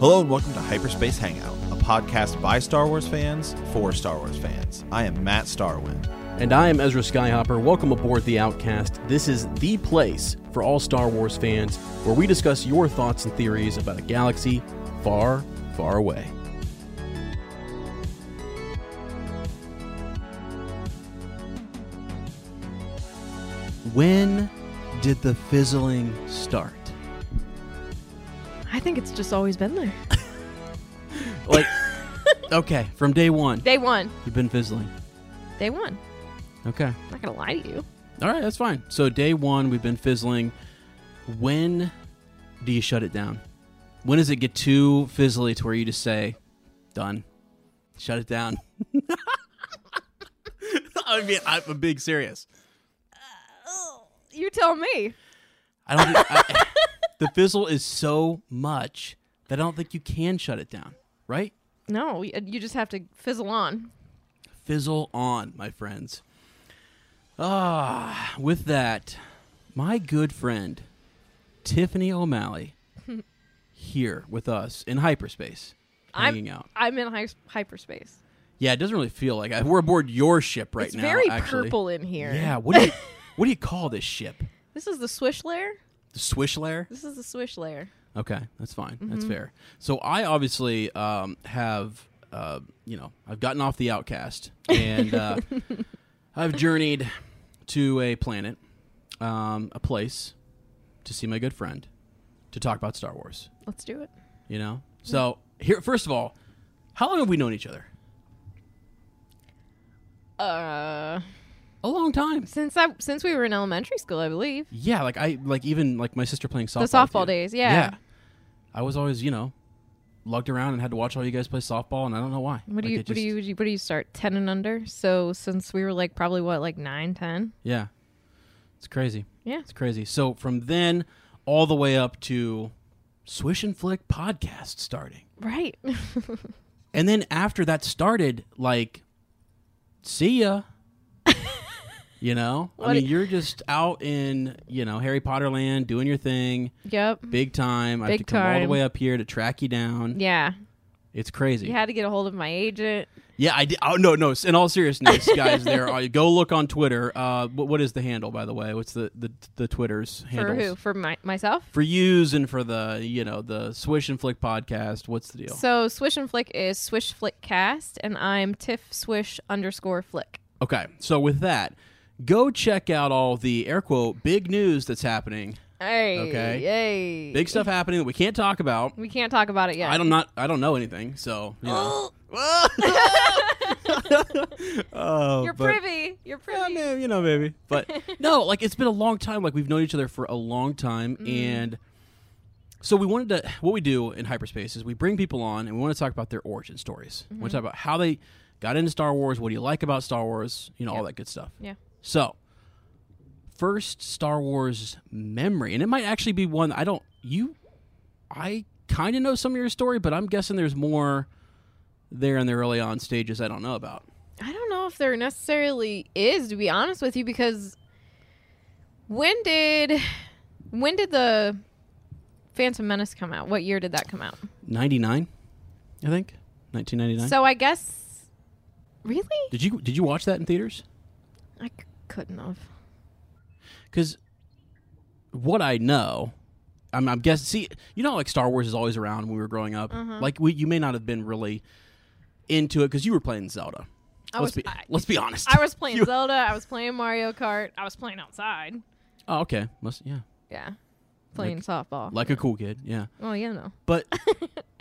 Hello and welcome to Hyperspace Hangout, a podcast by Star Wars fans for Star Wars fans. I am Matt Starwin. And I am Ezra Skyhopper. Welcome aboard The Outcast. This is the place for all Star Wars fans where we discuss your thoughts and theories about a galaxy far, far away. When did the fizzling start? I think it's just always been there. Like, okay, from day one, Day one. you've been fizzling. Day one. Okay. I'm not gonna lie to you. All right, that's fine. So day one, we've been fizzling. When do you shut it down? When does it get too fizzly to where you just say, "Done, shut it down"? I mean, I'm being serious. You tell me. I don't. Think, I, the fizzle is so much that I don't think you can shut it down. Right? No, y- you just have to fizzle on. Fizzle on, my friends. Ah, with that, my good friend Tiffany O'Malley here with us in hyperspace, I'm- hanging out. I'm in hy- hyperspace. Yeah, it doesn't really feel like I, we're aboard your ship right it's now. very actually. purple in here. Yeah. What do you What do you call this ship? This is the swish layer. The swish layer? This is the swish layer. Okay, that's fine. That's Mm-hmm. fair. So I obviously um, have, uh, you know, I've gotten off the outcast and uh, I've journeyed to a planet, um, a place to see my good friend, to talk about Star Wars. Let's do it. You know. So here, first of all, how long have we known each other? Uh, A long time. since I since we were in elementary school, I believe. Yeah, like I like even like my sister playing softball. with softball you. days, yeah. Yeah. I was always, you know, lugged around and had to watch all you guys play softball and I don't know why. What do Like, you it what do just- you what do you start ten and under? So since we were like probably what like nine ten. Yeah. It's crazy. Yeah. It's crazy. So from then all the way up to Swish and Flick podcast starting. Right. And then after that started, like, see ya. you know? I What mean, i- you're just out in, you know, Harry Potter land doing your thing. yep. Big time. I have Big to come all the time. way up here to track you down. Yeah. It's crazy. You had to get a hold of my agent. Yeah, I did. Oh, no, no. In all seriousness, guys, there are, go look on Twitter. Uh, what, what is the handle, by the way? What's the the, the Twitter's handles? For who? For my, myself? For yous and for the you know the Swish and Flick podcast. What's the deal? So Swish and Flick is Swish Flick Cast, and I'm Tiff Swish underscore Flick. okay, so with that, go check out all the air quote big news that's happening. Hey, Okay. hey. Big stuff happening that we can't talk about. We can't talk about it yet. I don't not I don't know anything. So you know. Oh, You're but- privy. You're Yeah, privy. no, you know, maybe. But no, like it's been a long time. Like we've known each other for a long time, Mm-hmm. and so we wanted Mm-hmm. to. What we do in hyperspace is we bring people on, and we want to talk about their origin stories. We want to talk about how they got into Star Wars, what do you like about Star Wars, you know, all that good stuff. Yeah. So, first Star Wars memory, and it might actually be one I don't you I kind of know some of your story, but I'm guessing there's more there in the early on stages I don't know about. I don't know if there necessarily is, to be honest with you, because when did when did the Phantom Menace come out? What year did that come out? 99, I think. 1999. So I guess really did you did you watch that in theaters? I c- couldn't have. Because what I know, I'm, I'm guessing. See, you know, how, like Star Wars is always around when we were growing up. Mm-hmm. Like we, you may not have been really into it because you were playing Zelda. I let's was- be I- let's be honest. I was playing You- Zelda. I was playing Mario Kart. I was playing outside. Oh, okay. Must, yeah, Yeah, playing softball. like a cool kid. Yeah. well, you know. But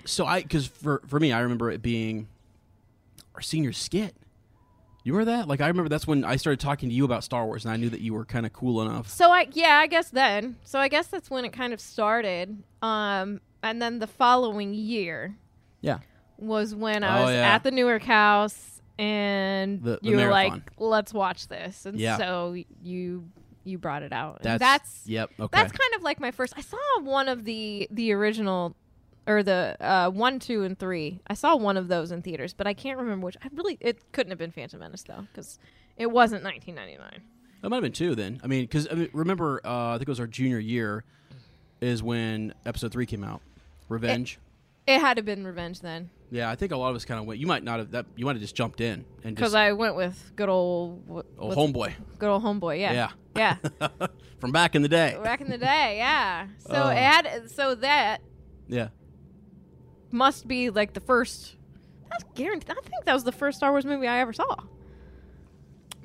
so I, because for for me, I remember it being our senior skit. You remember that? Like I remember that's when I started talking to you about Star Wars, and I knew that you were kind of cool enough. So I yeah, I guess then. So I guess that's when it kind of started. Um, and then the following year Yeah. was when I Oh, was yeah. at the Newark house, and The- the you were marathon. like, "Let's watch this," and Yeah. so you you brought it out. And That's that's yep. Okay. that's kind of like my first. I saw one of the the original. Or the uh, one, two, and three. I saw one of those in theaters, but I can't remember which. I really, it couldn't have been Phantom Menace though, because it wasn't 1999. That might have been two then. I mean, because I mean, remember, uh, I think it was our junior year, is when episode three came out, Revenge. It had to have been Revenge then. yeah, I think a lot of us kind of went. You might not have that. You might have just jumped in and Because just I went with good old wh- oh what's- homeboy good old homeboy. Yeah, yeah, from back in the day. Back in the day, yeah. So Oh. it had so that Yeah, must be like the first. That's guaranteed. I think that was the first Star Wars movie I ever saw.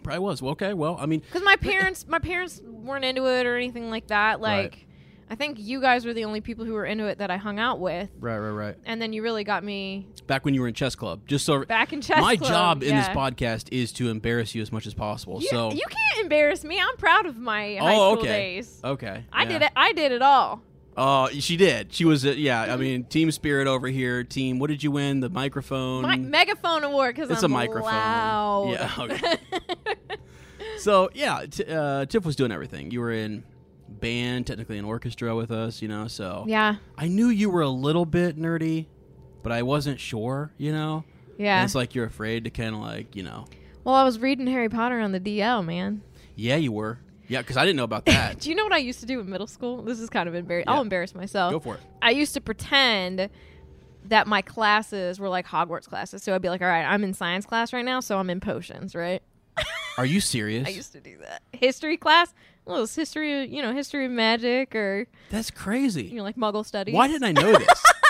probably was. Well, okay, well, I mean, Because my parents, my parents weren't into it or anything like that. Right. Like, I think you guys were the only people who were into it that I hung out with, right, right, right. and then you really got me Back when you were in chess club, just so back in chess. my Club, job in this yeah. podcast is to embarrass you as much as possible. You, so you can't embarrass me. I'm proud of my high Oh, school okay. days. okay, I yeah. did it. I did it all. Oh, she did. She was. Uh, yeah, Mm-hmm. I mean, team spirit over here. Team, what did you win? The microphone. Mi- megaphone award because Mm. It's I'm a microphone. Loud. Yeah, okay. so yeah, t- uh, Tiff was doing everything. You were in band, technically an orchestra with us, you know. So yeah, I knew you were a little bit nerdy, but I wasn't sure, you know. yeah. And it's like you're afraid to kind of like, you know, well, I was reading Harry Potter on the DL, man. yeah, you were, yeah, because I didn't know about that. Do you know what I used to do in middle school? This is kind of embarrassing. Yeah. I'll embarrass myself. Go for it. I used to pretend that my classes were like Hogwarts classes. So I'd be like, all right, I'm in science class right now, so I'm in potions, right? Are you serious? I used to do that. History class? Well, it's history, you know, history of magic or, That's crazy. you know, like muggle studies. Why didn't I know this?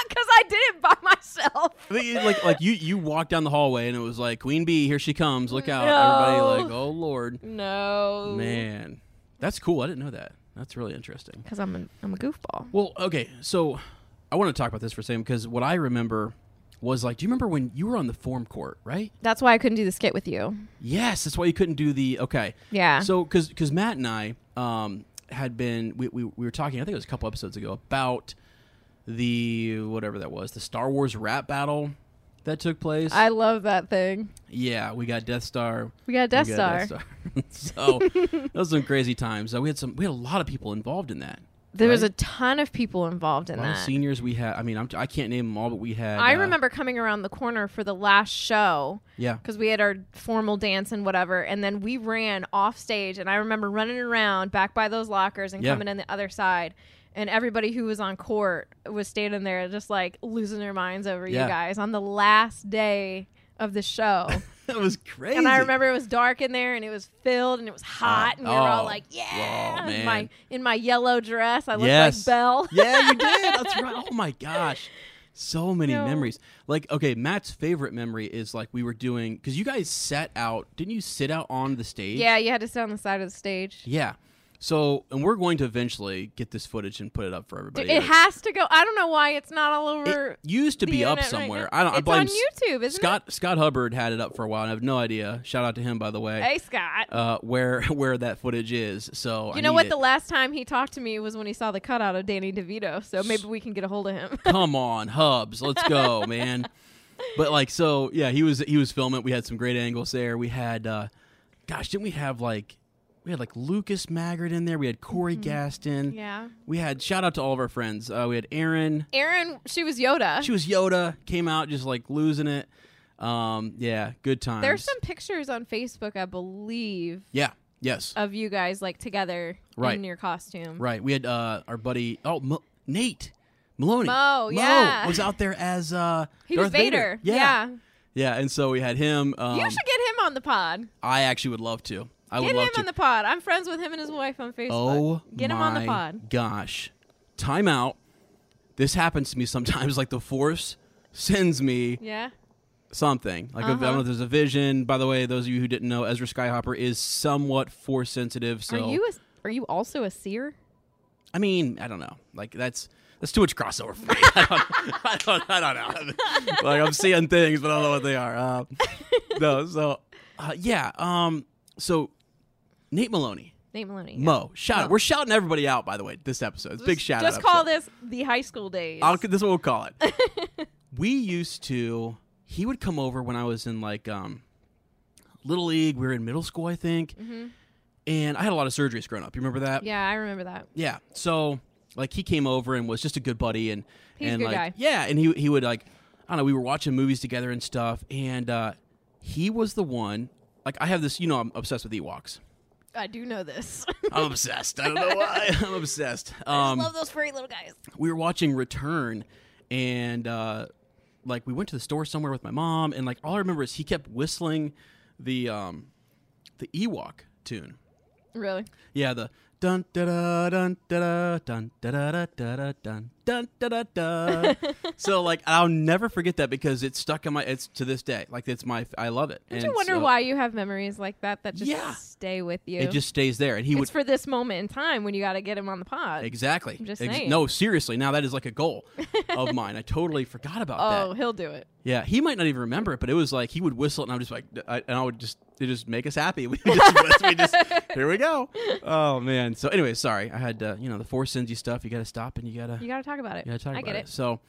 Because I did it by myself. I mean, like, like you, you walked down the hallway and it was like Queen Bee, here she comes, look out! No. Everybody like, oh lord, No. man, that's cool. I didn't know that. That's really interesting. Because I'm a, I'm a goofball. Well, okay, so I want to talk about this for a second because what I remember was like, do you remember when you were on the form court, right? That's why I couldn't do the skit with you. Yes, that's why you couldn't do the okay. Yeah. So because because Matt and I um, had been we, we we were talking I think it was a couple episodes ago about the whatever that was the Star Wars rap battle that took place. I love that thing. yeah, we got Death Star. We got a Death We Star. got Star. so that was some crazy times. Uh, we had some we had a lot of people involved in that. There was a Right? ton of people involved in A lot of that. seniors we had. I mean, I'm, I can't name them all, but we had. I uh, remember coming around the corner for the last show Yeah. because we had our formal dance and whatever, and then we ran off stage, and I remember running around back by those lockers and Yeah. coming in the other side, and everybody who was on court was standing there just like losing their minds over Yeah. you guys on the last day of the show. That was crazy. And I remember it was dark in there, and it was filled, and it was hot, and we were all oh. like, "Yeah!" Oh, in man. my in my yellow dress, I looked Yes. like Belle. yeah, you did. That's right. Oh my gosh. So many No. memories. Like, okay, Matt's favorite memory is like we were doing because you guys sat out. Didn't you sit out on the stage? yeah, you had to sit on the side of the stage. Yeah. So, and we're going to eventually get this footage and put it up for everybody. Dude, it to- has to go. I don't know why it's not all It over. used to the be up internet right somewhere. now. I don't. I It's blame on S- YouTube, isn't it? Scott Scott Hubbard had it up for a while, and I have no idea. Shout out to him, by the way. hey, Scott. Uh, where where that footage is? So I you know need what? it. The last time he talked to me was when he saw the cutout of Danny DeVito. So maybe we can get a hold of him. Come on, Hubs. Let's go, man. but like so yeah he was he was filming it. we had some great angles there we had uh gosh didn't we have like we had like lucas maggard in there we had corey gaston Mm-hmm. Yeah. we had shout out to all of our friends uh we had aaron Erin, she was Yoda. she was yoda came out just like losing it um yeah good times There's some pictures on Facebook, I believe, yeah yes of you guys like together Right. in your costume. right we had uh our buddy oh Mo- nate Maloney. Mo, yeah. was out there as uh He Darth was Vader. Yeah. Yeah, and so we had him. Um, you should get him on the pod. I actually would love to. I Get would him love to. on the pod. I'm friends with him and his wife on Facebook. Oh, Get him on the my pod. Gosh, time out. This happens to me sometimes. Like the force sends me Yeah. something. Like if- I Uh-huh. don't know if there's a vision. By the way, those of you who didn't know, Ezra Skyhopper is somewhat force sensitive. So Are you a, are you also a seer? I mean, I don't know. Like that's that's too much crossover for me. I don't, I don't, I don't know. like I'm seeing things, but I don't know what they are. Uh, no, so uh, yeah. Um, so Nate Maloney. Nate Maloney. Mo, shout out. We're shouting everybody out, by the way, this episode. It's a big shout Just out. call episode. this the high school days. I'll, this is what we'll call it. we used to, he would come over when I was in like um, Little League. We were in middle school, I think. And I had a lot of surgeries growing up. You remember that? Mm-hmm. yeah, I remember that. Yeah. So like he came over and was just a good buddy and He's a and good like guy. yeah, and he he would like I don't know, we were watching movies together and stuff and uh he was the one like I have this, you know, I'm obsessed with Ewoks. I do know this. I'm obsessed. I don't know why. I'm obsessed. Um Love those furry little guys. we were watching Return, and uh, like we went to the store somewhere with my mom, and like all I remember is he kept whistling the um, the Ewok tune. Really? Yeah, the dun da da dun da da dun da da da da da dun dun da da da. So like I'll never forget that because it's stuck in my it's to this day. Like it's my I love it. Don't And you wonder so why you have memories like that that just Yeah. stay with you? it just stays there? And he it's would for this moment in time when you got to get him on the pod. exactly. I'm just Ex- saying. No, seriously. Now that is like a goal of mine. I totally forgot about that. Oh, he'll do it. Yeah, he might not even remember it, but it was like he would whistle, and I'm just like, I, and I would just it just make us happy. We just, we just here we go. Oh man. So anyway, sorry, I had uh, you know the four sins you stuff. You got to stop and you got to You got to talk about it. yeah, talk I about get it. So,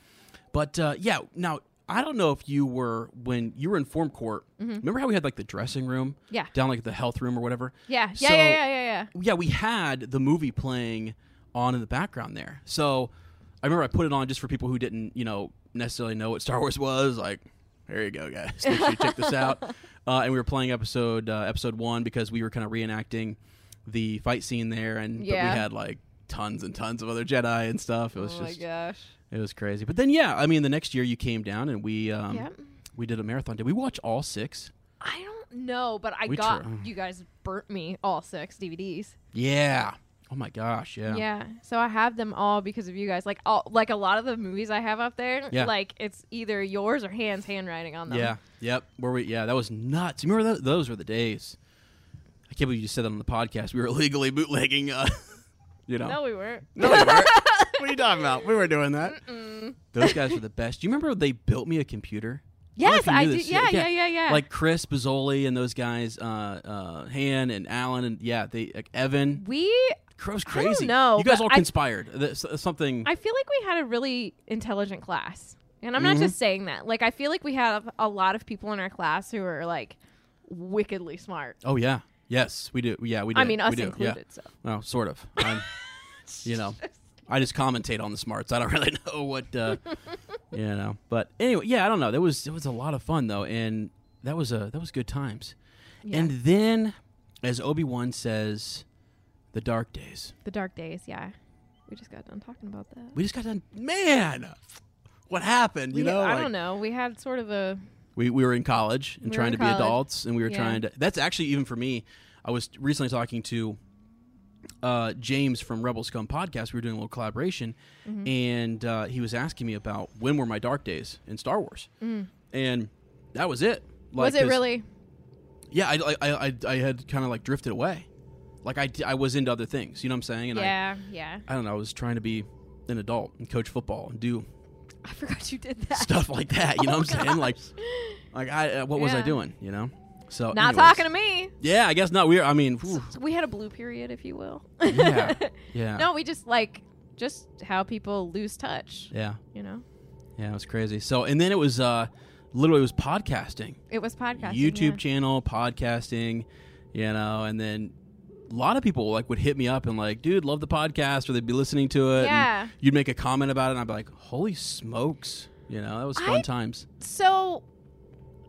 but uh, yeah, now I don't know if you were when you were in form court. Remember how we had like the dressing room? Mm-hmm. Yeah. Down like the health room or whatever. Yeah. Yeah, So- yeah, yeah, yeah, yeah. yeah, we had the movie playing on in the background there. So I remember I put it on just for people who didn't, you know, necessarily know what Star Wars was. Like, here you go, guys. Make sure you check this out. Uh, and we were playing episode uh, episode one because we were kind of reenacting the fight scene there, and Yeah. but we had like tons and tons of other Jedi and stuff. It was Oh my just gosh. it was crazy. But then yeah, I mean, the next year you came down and we um, Yep. we did a marathon. Did we watch all six? I don't know, but I We got try- you guys burnt me all six DVDs. Yeah. Oh my gosh. Yeah. Yeah. So I have them all because of you guys. Like all like a lot of the movies I have up there, Yeah. like it's either yours or Hans handwriting on them. Yeah. Yep. Where we? Yeah, that was nuts. You remember tho- those were the days. I can't believe you just said that on the podcast. We were illegally bootlegging. Uh, you know. No, we weren't. No, we weren't. what are you talking about? We were doing that. Those guys were the best. Do you remember they built me a computer? don't know Yes, if you I knew do. this. Yeah, yeah, yeah, yeah. Like Chris Bozzoli and those guys, uh, uh, Han and Alan and yeah, they like Evan. we It was crazy. know, you guys but all I- conspired. Th- s- something. I feel like we had a really intelligent class. And I'm Mm-hmm. not just saying that. Like I feel like we have a lot of people in our class who are like wickedly smart. oh yeah. Yes, we do. Yeah, we do. I mean, us we do. included, Yeah. so. Well, sort of. I'm, you know, I just commentate on the smarts. I don't really know what, uh, you know. But anyway, yeah, I don't know. That was it was a lot of fun though, and that was a that was good times. And then, as Obi Wan says, the dark days. The dark days, yeah. We just got done talking about that. We just got done. Man, what happened? You We- know, I like- don't know. We had sort of a We, we were in college and We were trying in to college. be adults, and we were Yeah. trying to. That's actually even for me. I was recently talking to uh, James from Rebel Scum podcast. We were doing a little collaboration, Mm-hmm. and uh, he was asking me about when were my dark days in Star Wars, and that was it. Like, Mm. was it 'cause- really? Yeah, I I, I, I had kind of like drifted away, like I, d- I was into other things. You know what I'm saying? And Yeah, yeah. I, I don't know. I was trying to be an adult and coach football and do I forgot you did that. stuff like that. You know what I'm saying? Like, like I, uh, what was I Oh, Yeah. doing? You know? So Not anyways. talking to me. Yeah, I guess not. We're. I mean, whew, We had a blue period, if you will. yeah, yeah, no, we just like just how people lose touch. yeah, You know? yeah. It was crazy. So, and then it was uh, literally was podcasting. It was podcasting. YouTube yeah. channel, podcasting, you know, and then a lot of people like would hit me up and like, dude, love the podcast, or they'd be listening to it. and Yeah. you'd make a comment about it, and I'd be like, holy smokes, you know, that was fun I- times. So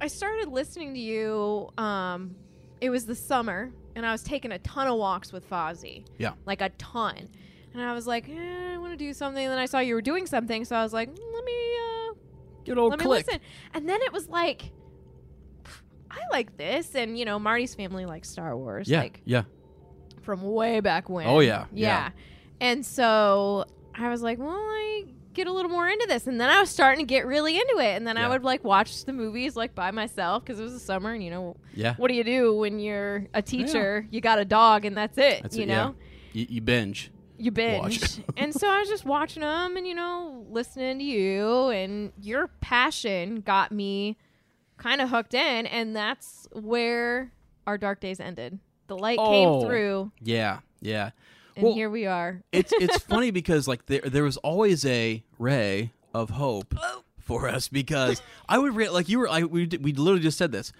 I started listening to you. Um, it was the summer, and I was taking a ton of walks with Fozzie. Yeah. Like a ton. And I was like, eh, I want to do something. And then I saw you were doing something, so I was like, "Mm, let me, uh, Good old let me Oh, click. listen. And then it was like, I like this, and you know, Marty's family likes Star Wars. Yeah, Like, yeah. from way back when. Oh, yeah, yeah. yeah. And so I was like, well, I get a little more into this, and then I was starting to get really into it, and then Yeah. I would like watch the movies like by myself because it was the summer, and you know, Yeah, what do you do when you're a teacher? You got a dog, and that's it. That's you it, yeah. know, you, you binge. you binge. Watch. and so I was just watching them, and you know, listening to you, and your passion got me kind of hooked in, and that's where our dark days ended. The light Oh. came through, Yeah, yeah. and Well, here we are. it's it's funny because like there there was always a ray of hope for us because I would re- like you were I we d- we literally just said this.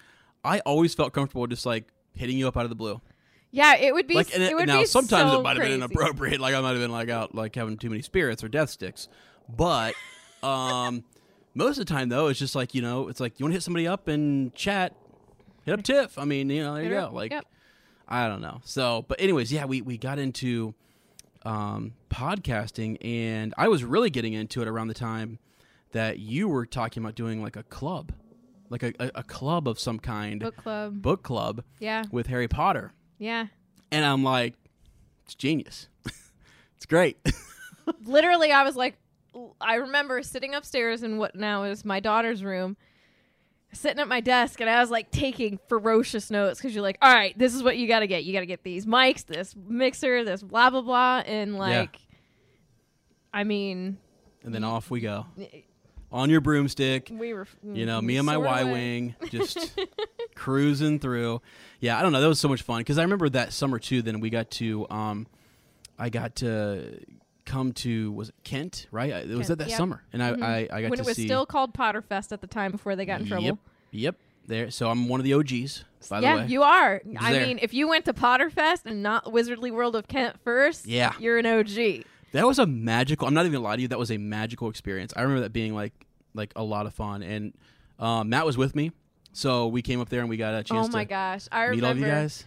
I always felt comfortable just like hitting you up out of the blue. Yeah, it would be. Like and it would now be sometimes so it might have been crazy. inappropriate. Like I might have been like out like having too many spirits or death sticks. But um most of the time though it's just like, you know, it's like you want to hit somebody up and chat. Hit up Tiff. I mean, you know, there you Yep, go. Like yep. I don't know. So, but anyways, yeah, we we got into um, podcasting, and I was really getting into it around the time that you were talking about doing like a club, like a, a, a club of some kind, book club. book club Yeah, with Harry Potter, yeah. and I'm like, it's genius. it's great. literally i was like i remember sitting upstairs in what now is my daughter's room sitting at my desk and i was like taking ferocious notes because you're like all right this is what you got to get you got to get these mics this mixer this blah blah blah and like i mean and then off we go on your broomstick. we were You know, me and my sorta Y went- wing just cruising through. Yeah, I don't know. That was so much fun because I remember that summer too. Then we got to, um, I got to come to was it Kent? Right? I, it was that Kent, that yep. summer, and I I, I got when to it was see. still called Potterfest at the time before they got in trouble Yep. Yep. There. So I'm one of the OGs. By yeah, the way. you are. I there. mean, if you went to Potterfest and not Wizardly World of Kent first, Yeah. you're an OG. That was a magical. I'm not even gonna lie to you. That was a magical experience. I remember that being like like a lot of fun, and um, Matt was with me, so we came up there and we got a chance. Oh my to gosh, I meet remember. all of you guys.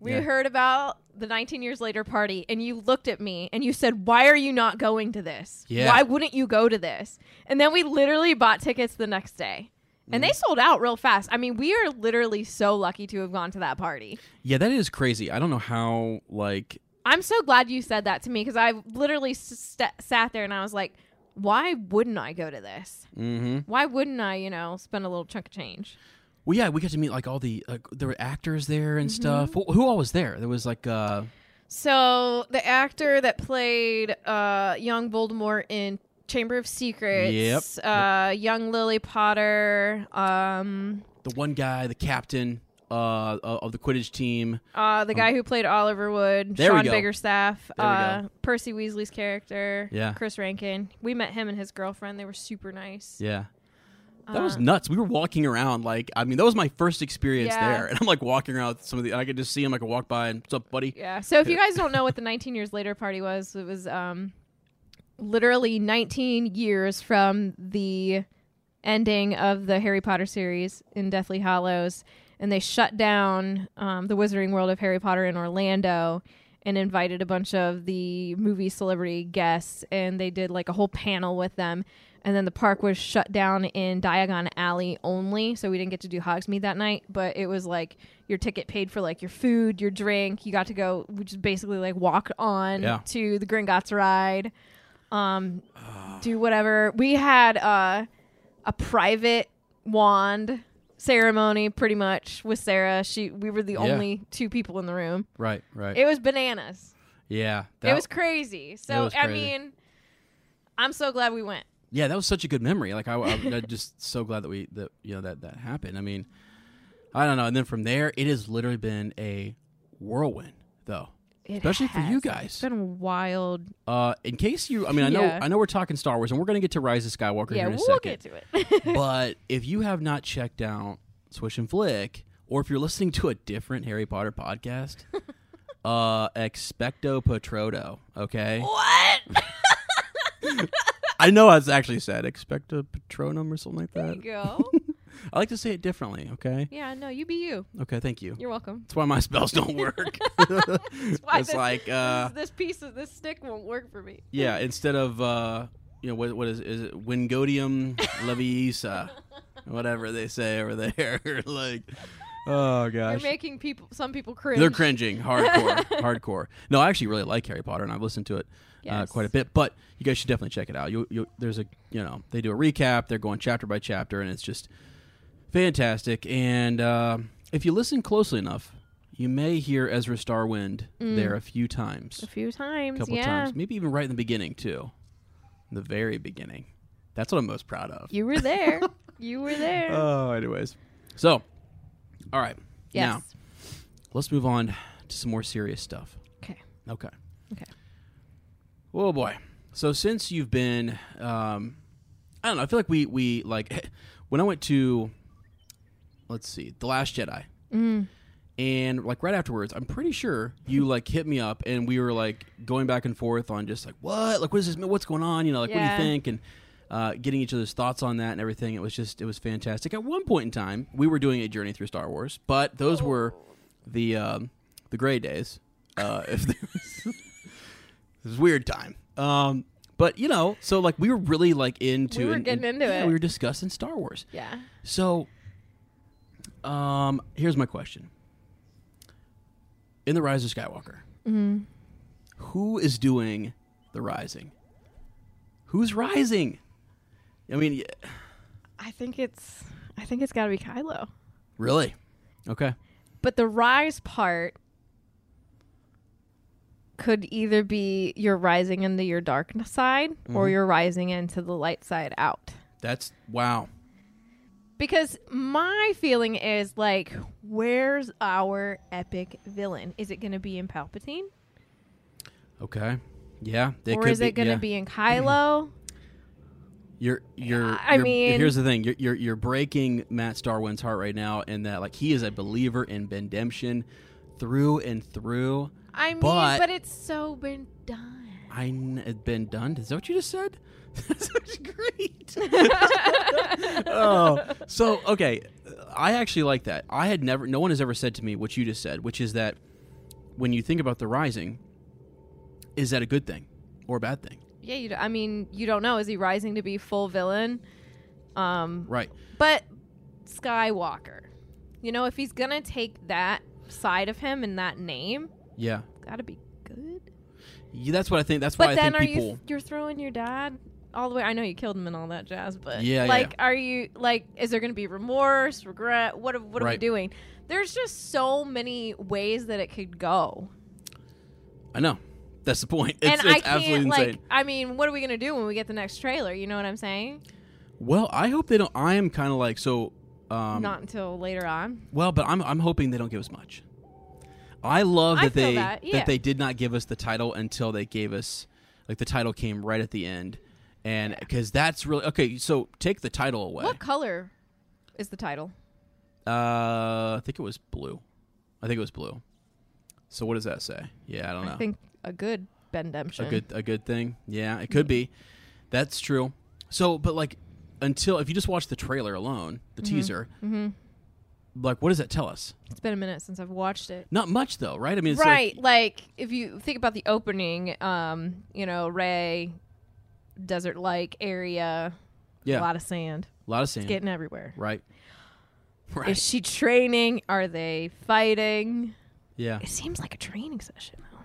We Yeah. heard about the 19 years later party, and you looked at me and you said, Why are you not going to this? Yeah. Why wouldn't you go to this? And then we literally bought tickets the next day. And Mm. they sold out real fast. I mean, we are literally so lucky to have gone to that party. Yeah, that is crazy. I don't know how like I'm so glad you said that to me because I literally s- st- sat there and I was like, why wouldn't I go to this? Mhm. Why wouldn't I, you know, spend a little chunk of change? Well, yeah, we got to meet like all the like, there were actors there and Mm-hmm. stuff. Who, who all was there? There was like uh So the actor that played uh, young Voldemort in Chamber of Secrets, Yep. uh, young Lily Potter, um, the one guy, the captain uh uh, of the Quidditch team. uh, the guy who played Oliver Wood, There we Sean go. Biggerstaff, There we uh, go. Percy Weasley's character, Yeah. Chris Rankin. We met him and his girlfriend. They were super nice. Yeah. That was Uh, nuts. We were walking around like I mean that was my first experience Yeah. there, and I'm like walking around with some of the and I could just see him. I could walk by and what's up, buddy? Yeah. So if you guys don't know what the 19 years later party was, it was um literally 19 years from the ending of the Harry Potter series in Deathly Hollows, and they shut down um, the Wizarding World of Harry Potter in Orlando and invited a bunch of the movie celebrity guests and they did like a whole panel with them and then the park was shut down in Diagon Alley only so we didn't get to do Hogsmeade that night but it was like your ticket paid for like your food your drink you got to go we just basically like walk on Yeah. to the Gringotts ride um do whatever we had uh a private wand ceremony pretty much with Sarah she we were the only two people in the room Right, right. it was bananas yeah, it was crazy. So was I crazy. mean, I'm so glad we went. yeah, that was such a good memory. Like I, I, am just so glad that we that you know that that happened. I mean, I don't know. And then from there, it has literally been a whirlwind though. It Especially for you has. guys. It's been a wild. Uh, in case you, I mean, I know, Yeah. I know, we're talking Star Wars, and we're going to get to Rise of Skywalker yeah, here in a we'll get second. to it. but if you have not checked out Swish and Flick, or if you're listening to a different Harry Potter podcast, uh, expecto patrodo. Okay. What? I know it's actually said expecto patronum or something like that. go. I like to say it differently. Okay. Yeah, no, you be you. Okay. Thank you. You're welcome. That's why my spells don't work. Why it's this- like uh, this, this piece of this stick won't work for me. Yeah, instead of uh, you know what what is is it Wingodium leviisa, whatever they say over there. like, oh You're gosh, making people, some people cringe. they're cringing hardcore, hardcore. No, I actually really like Harry Potter, and I've listened to it uh, Yes. quite a bit. But you guys should definitely check it out. You you there's a you know they do a recap. They're going chapter by chapter, and it's just fantastic. And uh, if you listen closely enough, you may hear Ezra Starwind there a few times Mm. A few times, couple yeah. times, maybe even right in the beginning too, the very beginning. That's what I'm most proud of. You were there. you were there. Oh, anyways, so all right, now yes. let's move on to some more serious stuff. Okay. Okay. Okay. Oh boy. So since you've been, um, I don't know. I feel like we we like when I went to, let's see, the Last Jedi, Mm-hmm. and like right afterwards, I'm pretty sure you like hit me up and we were like going back and forth on just like what, like what is this, what's going on, you know, like what Yeah. do you think, and uh, getting each other's thoughts on that and everything. It was just it was fantastic. At one point in time, we were doing a journey through Star Wars, but those were Oh. the um, the gray days. Uh, if there was this is a weird time. Um, but you know, so like we were really like into We were and- getting and- into yeah, it. We were discussing Star Wars. Yeah. So, um, here's my question: In the Rise of Skywalker, Mm-hmm. who is doing the rising? Who's rising? I mean, y- I think it's. I think it's got to be Kylo. really? Okay. But the rise part could either be you're rising into your dark side or you're rising into the light side out. That's wow. Because my feeling is like, where's our epic villain? Is it going to be in Palpatine? Okay. Yeah. They or could is it going to yeah. be in Kylo? You're you're. I you're- mean- here's the thing. You're, you're you're breaking Matt Starwin's heart right now, in that like he is a believer in redemption, through and through. I mean, But- but, it's so been done. I n- had been done. Is that what you just said? That's great. oh, so okay. I actually like that. I had never. No one has ever said to me what you just said, which is that when you think about the rising, is that a good thing or a bad thing? Yeah, you. d- I mean, you don't know. Is he rising to be full villain? Um, Right. But Skywalker, you know, if he's gonna take that side of him and that name, Yeah. gotta be good. yeah that's what I think. That's why But I then, think are people. you you're throwing your dad all the way? I know you killed him and all that jazz, but Yeah, yeah. like, are you like, is there gonna be remorse, regret? What are- what are we Right. doing? There's just so many ways that it could go. I know. That's the point. It's, and it's I can't absolutely like insane. I mean, what are we gonna do when we get the next trailer? You know what I'm saying? Well, I hope they don't. I am kind of like so. Um, Not until later on. Well, but I'm I'm hoping they don't give us much. I love I that feel they that, yeah. they did not give us the title until they gave us like the title came right at the end, and because that's really okay. So take the title away. What color is the title? Uh, I think it was blue. I think it was blue. So what does that say? Yeah, I don't know. I think a good Ben Demption. a good a good thing. Yeah, it could be. That's true. So, but like until if you just watch the trailer alone, the Mm-hmm. teaser, like what does that tell us? It's been a minute since I've watched it. Not much though, right? I mean, it's right, Like, like, if you think about the opening, um, you know, Ray, desert like area, yeah, a lot of sand, a lot of sand. getting everywhere. Right. Right. Is she training? Are they fighting? yeah. It seems like a training session. though.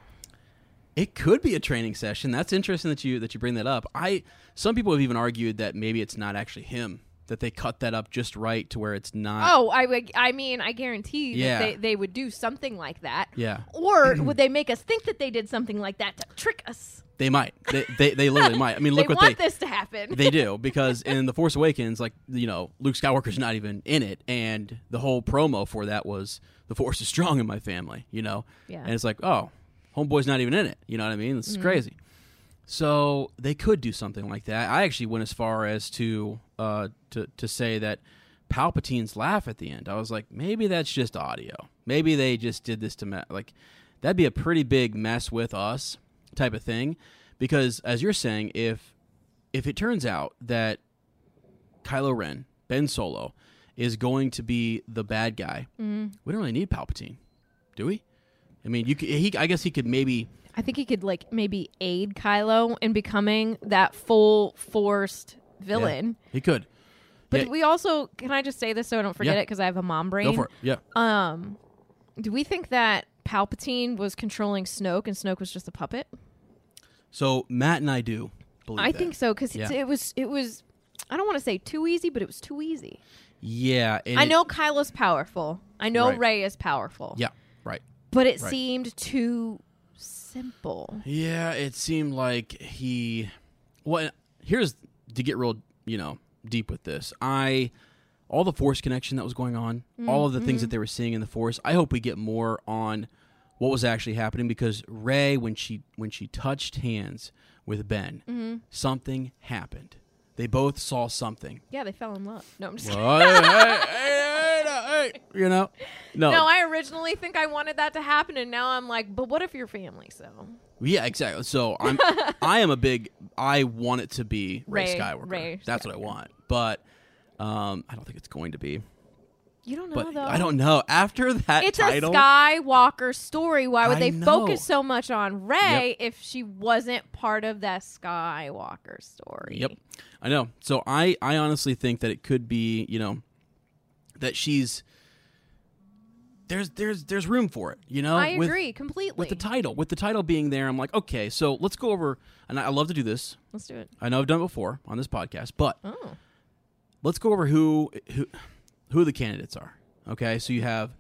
It could be a training session. That's interesting that you that you bring that up. I some people have even argued that maybe it's not actually him that they cut that up just right to where it's not. Oh, I would. I mean, I guarantee that Yeah. they, they would do something like that. Yeah. Or would they make us think that they did something like that to trick us? They might. They they, they literally might. I mean, look they what want they this to happen. they do because in the Force Awakens, like you know, Luke Skywalker's not even in it, and the whole promo for that was the Force is strong in my family. You know, Yeah. and it's like, oh, Homeboy's not even in it. You know what I mean? This is crazy. So they could do something like that. I actually went as far as to uh, to to say that Palpatine's laugh at the end. I was like, maybe that's just audio. Maybe they just did this to me- like that'd be a pretty big mess with us type of thing. Because as you're saying, if if it turns out that Kylo Ren, Ben Solo, is going to be the bad guy, we don't really need Palpatine, do we? I mean, you could, he. I guess he could maybe. I think he could like maybe aid Kylo in becoming that full forced yeah, villain. he could. But Yeah, we also can I just say this so I don't forget Yeah. it because I have a mom brain. go for it. Yeah. Um, do we think that Palpatine was controlling Snoke and Snoke was just a puppet? So Matt and I do believe. I that. think so because Yeah. it was it was. I don't want to say too easy, but it was too easy. Yeah. and I it- know Kylo's powerful. I know Right. Ray is powerful. Yeah. Right. but it right. seemed too simple. Yeah, it seemed like he. Well, here's to get real, you know, deep with this. I, all the force connection that was going on, Mm, all of the things that they were seeing in the force. I hope we get more on what was actually happening because Ray, when she when she touched hands with Ben, Mm-hmm. something happened. They both saw something. Yeah, they fell in love. No, I'm just. Hey, kidding. hey, Oh, hey, hey, hey, hey, you know, no, No, I originally think I wanted that to happen, and now I'm like, but what if your family? So Yeah, exactly. So I'm I am a big I want it to be Ray, Ray- Skywalker. Ray That's what I want. But um I don't think it's going to be. you don't know But though. I don't know. After that It's title a Skywalker story. Why would I they know. focus so much on Rey if she wasn't part of that Skywalker story? Yep. I know. So I I honestly think that it could be, you know, that she's there's there's there's room for it, you know? I Uh, with- agree completely. With the title, with the title being there, I'm like, okay, so let's go over and I I love to do this. Let's do it. I know I've done it before on this podcast, but Oh, let's go over who who who the candidates are. Okay, so you have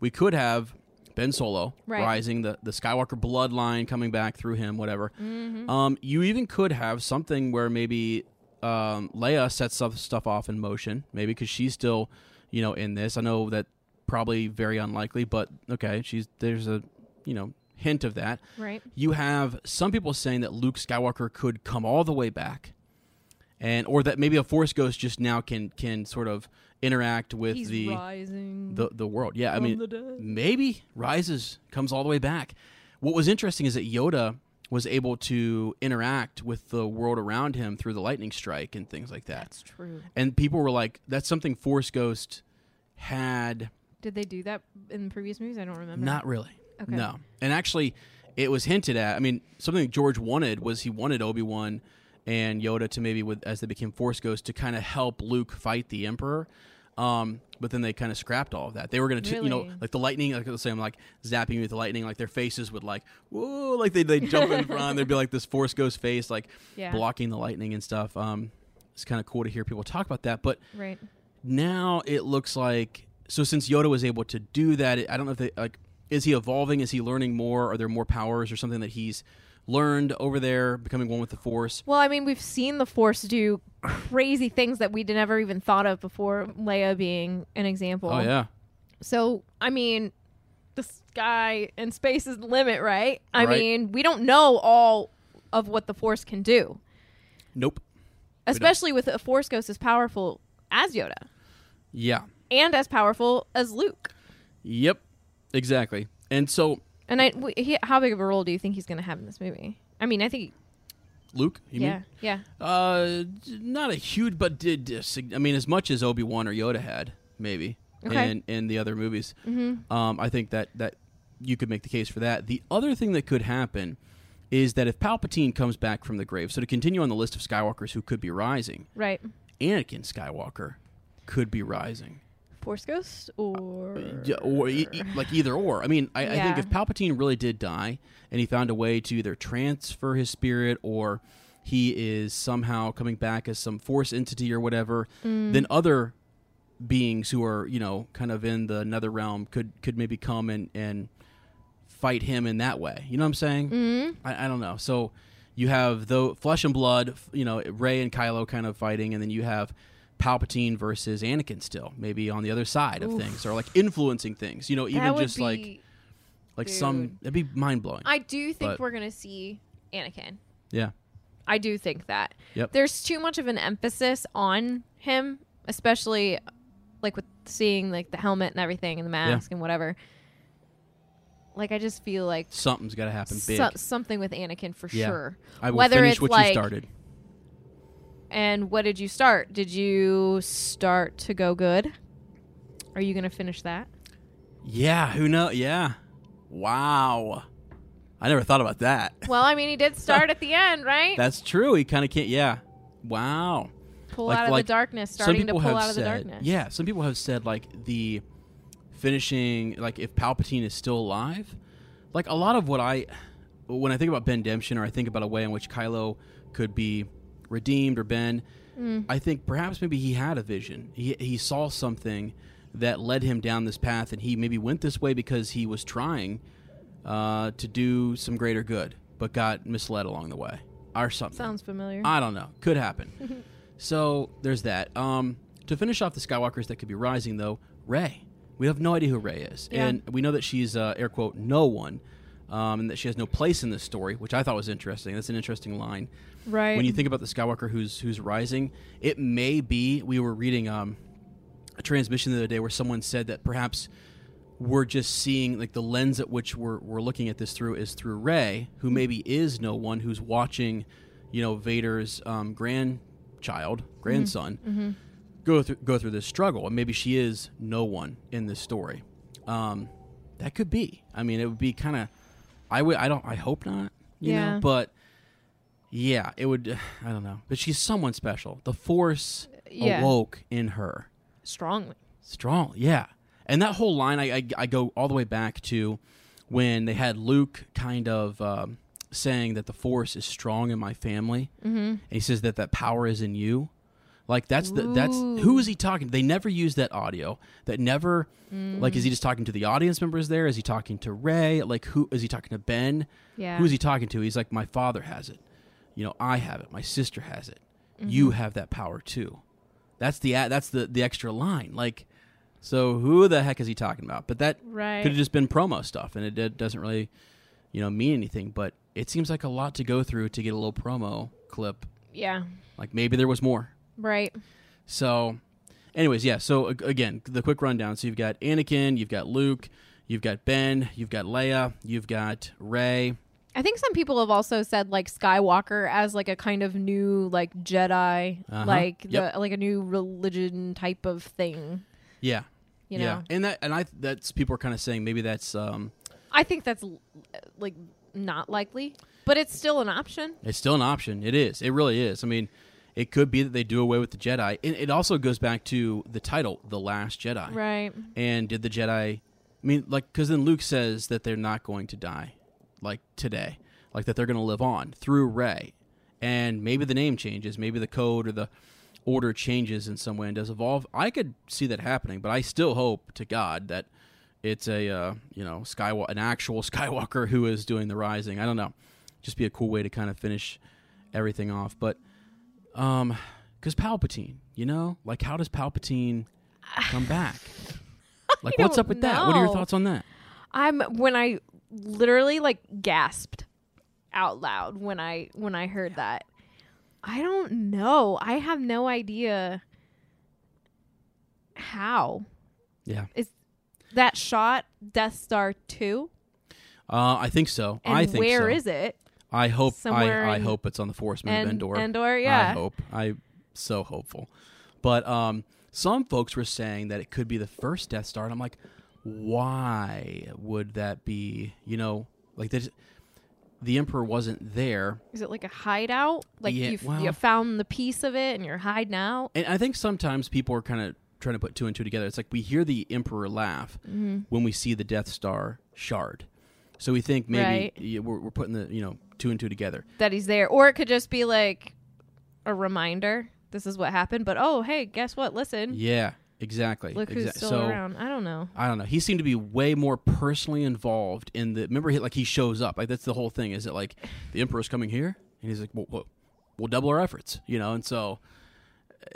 we could have Ben Solo Right. rising the the Skywalker bloodline coming back through him, whatever. Mm-hmm. Um, you even could have something where maybe um, Leia sets some stuff off in motion, maybe because she's still you know in this. I know that probably very unlikely, but okay, she's there's a you know hint of that. right. You have some people saying that Luke Skywalker could come all the way back, and or that maybe a Force ghost just now can can sort of interact with He's the rising. the the world. Yeah, I from mean, the dead. maybe rises comes all the way back. What was interesting is that Yoda was able to interact with the world around him through the lightning strike and things like that. That's true. And people were like, "That's something Force Ghost had." Did they do that in previous movies? I don't remember. Not really. Okay. No. And actually, it was hinted at. I mean, something that George wanted was he wanted Obi Wan and Yoda to maybe, with as they became Force Ghosts, to kind of help Luke fight the Emperor. Um, but then they kind of scrapped all of that. They were gonna, t- you know, Really? like the lightning. Like let's say I'm like zapping you with the lightning. Like their faces would like, whoa, like they they jump in front. There'd be like this Force Ghost face, like Yeah. blocking the lightning and stuff. Um, it's kind of cool to hear people talk about that. But Right. now it looks like so since Yoda was able to do that, it- I don't know if they like is he evolving? Is he learning more? Are there more powers or something that he's learned over there, becoming one with the Force? Well, I mean, we've seen the Force do crazy things that we'd never even thought of before. Leia being an example. Oh yeah, So, I mean, the sky and space is the limit, right? I Right. mean, we don't know all of what the Force can do, nope, especially with a Force ghost as powerful as Yoda yeah, and as powerful as Luke. yep, exactly. And so And I, w- he, how big of a role do you think he's going to have in this movie? I mean, I think, Luke, you yeah, mean? yeah, Uh, not a huge, but did uh, sig- I mean as much as Obi Wan or Yoda had maybe, Okay. and and the other movies. Um, I think that that you could make the case for that. The other thing that could happen is that if Palpatine comes back from the grave, so to continue on the list of Skywalkers who could be rising, right. Anakin Skywalker could be rising. Force ghost or Yeah, or e- e- like either or. I mean, I, I think Yeah. if Palpatine really did die and he found a way to either transfer his spirit or he is somehow coming back as some force entity or whatever, then other beings who are you know kind of in the nether realm could could maybe come and and fight him in that way. You know what I'm saying? Mm-hmm. I, I don't know. So you have though flesh and blood, f- you know, Ray and Kylo kind of fighting, and then you have Palpatine versus Anakin still, maybe on the other side of things or like influencing things. You know, even that would just be like Like some, it'd be mind blowing. I do think But- we're gonna see Anakin. Yeah. I do think that. Yep. There's too much of an emphasis on him, especially like with seeing like the helmet and everything and the mask and whatever. Like I just feel like Something's got to happen big. so- something with Anakin for Yeah. sure. I will Whether finish it's what like, you started. And what did you start? Did you start to go good? Are you gonna finish that? Yeah, who know? Yeah. Wow. I never thought about that. Well, I mean, he did start at the end, right? That's true. He kind of can't. Yeah. Wow. pull like- out of like, the darkness, Some starting to people pull have out of the said- darkness. Yeah, some people have said like the finishing, like if Palpatine is still alive, like a lot of what I, when I think about Ben Demption or I think about a way in which Kylo could be redeemed or Ben, Mm. I think perhaps maybe he had a vision. He he saw something that led him down this path, and he maybe went this way because he was trying uh, to do some greater good, but got misled along the way or something. Sounds familiar. I don't know. Could happen. so there's that. Um, to finish off the Skywalkers that could be rising, though, Ray. We have no idea who Ray is, Yeah. and we know that she's uh, air quote no one, um, and that she has no place in this story, which I thought was interesting. That's an interesting line. right. When you think about the Skywalker who's who's rising, it may be we were reading um, a transmission the other day where someone said that perhaps we're just seeing like the lens at which we're we're looking at this through is through Ray, who maybe is no one who's watching, you know, Vader's um, grandchild, grandson, go through go through this struggle, and maybe she is no one in this story. Um, that could be. I mean, it would be kind of. I would. I don't. I hope not. You Yeah. know, but yeah, it would. I don't know. But she's someone special. The Force Yeah. awoke in her strongly. strong. Yeah, and that whole line, I, I I go all the way back to when they had Luke kind of um, saying that the Force is strong in my family, mm-hmm. and he says that that power is in you. Like that's the that's who is he talking? to? They never use that audio. That never like Mm. is he just talking to the audience members there? Is he talking to Ray? Like who is he talking to Ben? Yeah. Who is he talking to? He's like my father has it. You know, I have it. My sister has it. Mm-hmm. You have that power too. That's the that's the the extra line. Like so who the heck is he talking about? But that Right. could have just been promo stuff, and it did, doesn't really, you know, mean anything. But it seems like a lot to go through to get a little promo clip. Yeah. Like maybe there was more. Right. So, anyways, yeah. So ag- again, the quick rundown. So you've got Anakin, you've got Luke, you've got Ben, you've got Leia, you've got Ray. I think some people have also said like Skywalker as like a kind of new like Jedi, Uh-huh. like Yep. the like a new religion type of thing. Yeah. You yeah. know? And that and I that's people are kind of saying maybe that's um I think that's l- like not likely, but it's still an option. It's still an option. It is. It really is. I mean, it could be that they do away with the Jedi. And it also goes back to the title, The Last Jedi. Right. And did the Jedi, I mean, like, because then Luke says that they're not going to die, like today, like that they're going to live on through Rey. And maybe the name changes, maybe the code or the order changes in some way and does evolve. I could see that happening, but I still hope to God that it's a uh, you know Skywalker, an actual Skywalker who is doing the rising. I don't know, just be a cool way to kind of finish everything off. But um, because Palpatine, you know, like how does Palpatine come back? Like what's don't up with that? What are your know. thoughts on that? I'm when I literally like gasped out loud when I when I heard that. I don't know. I have no idea how Yeah, that shot Death Star 2 uh, I think so. and I think where so. is it? I hope. Somewhere I, I in- hope it's on the Force Moon of And- Endor. Endor, yeah. I hope. I so hopeful. But um, some folks were saying that it could be the first Death Star, and I'm like, why would that be? You know, like this, the Emperor wasn't there, Is it like a hideout? Like Yeah, you've, well- you found the piece of it and you're hiding out? and I think sometimes people are kind of trying to put two and two together. It's like we hear the Emperor laugh Mm-hmm. when we see the Death Star shard, so we think maybe Right. yeah, we're, we're putting the you know two and two together. That he's there. Or it could just be like a reminder. This is what happened. But oh, hey, guess what? Listen, Yeah, exactly. look who's exac- still so, around. I don't know. I don't know. He seemed to be way more personally involved in the. Remember, he, like he shows up. Like that's the whole thing. Is it like the emperor's coming here, and he's like, "Well, well, we'll double our efforts," you know? And so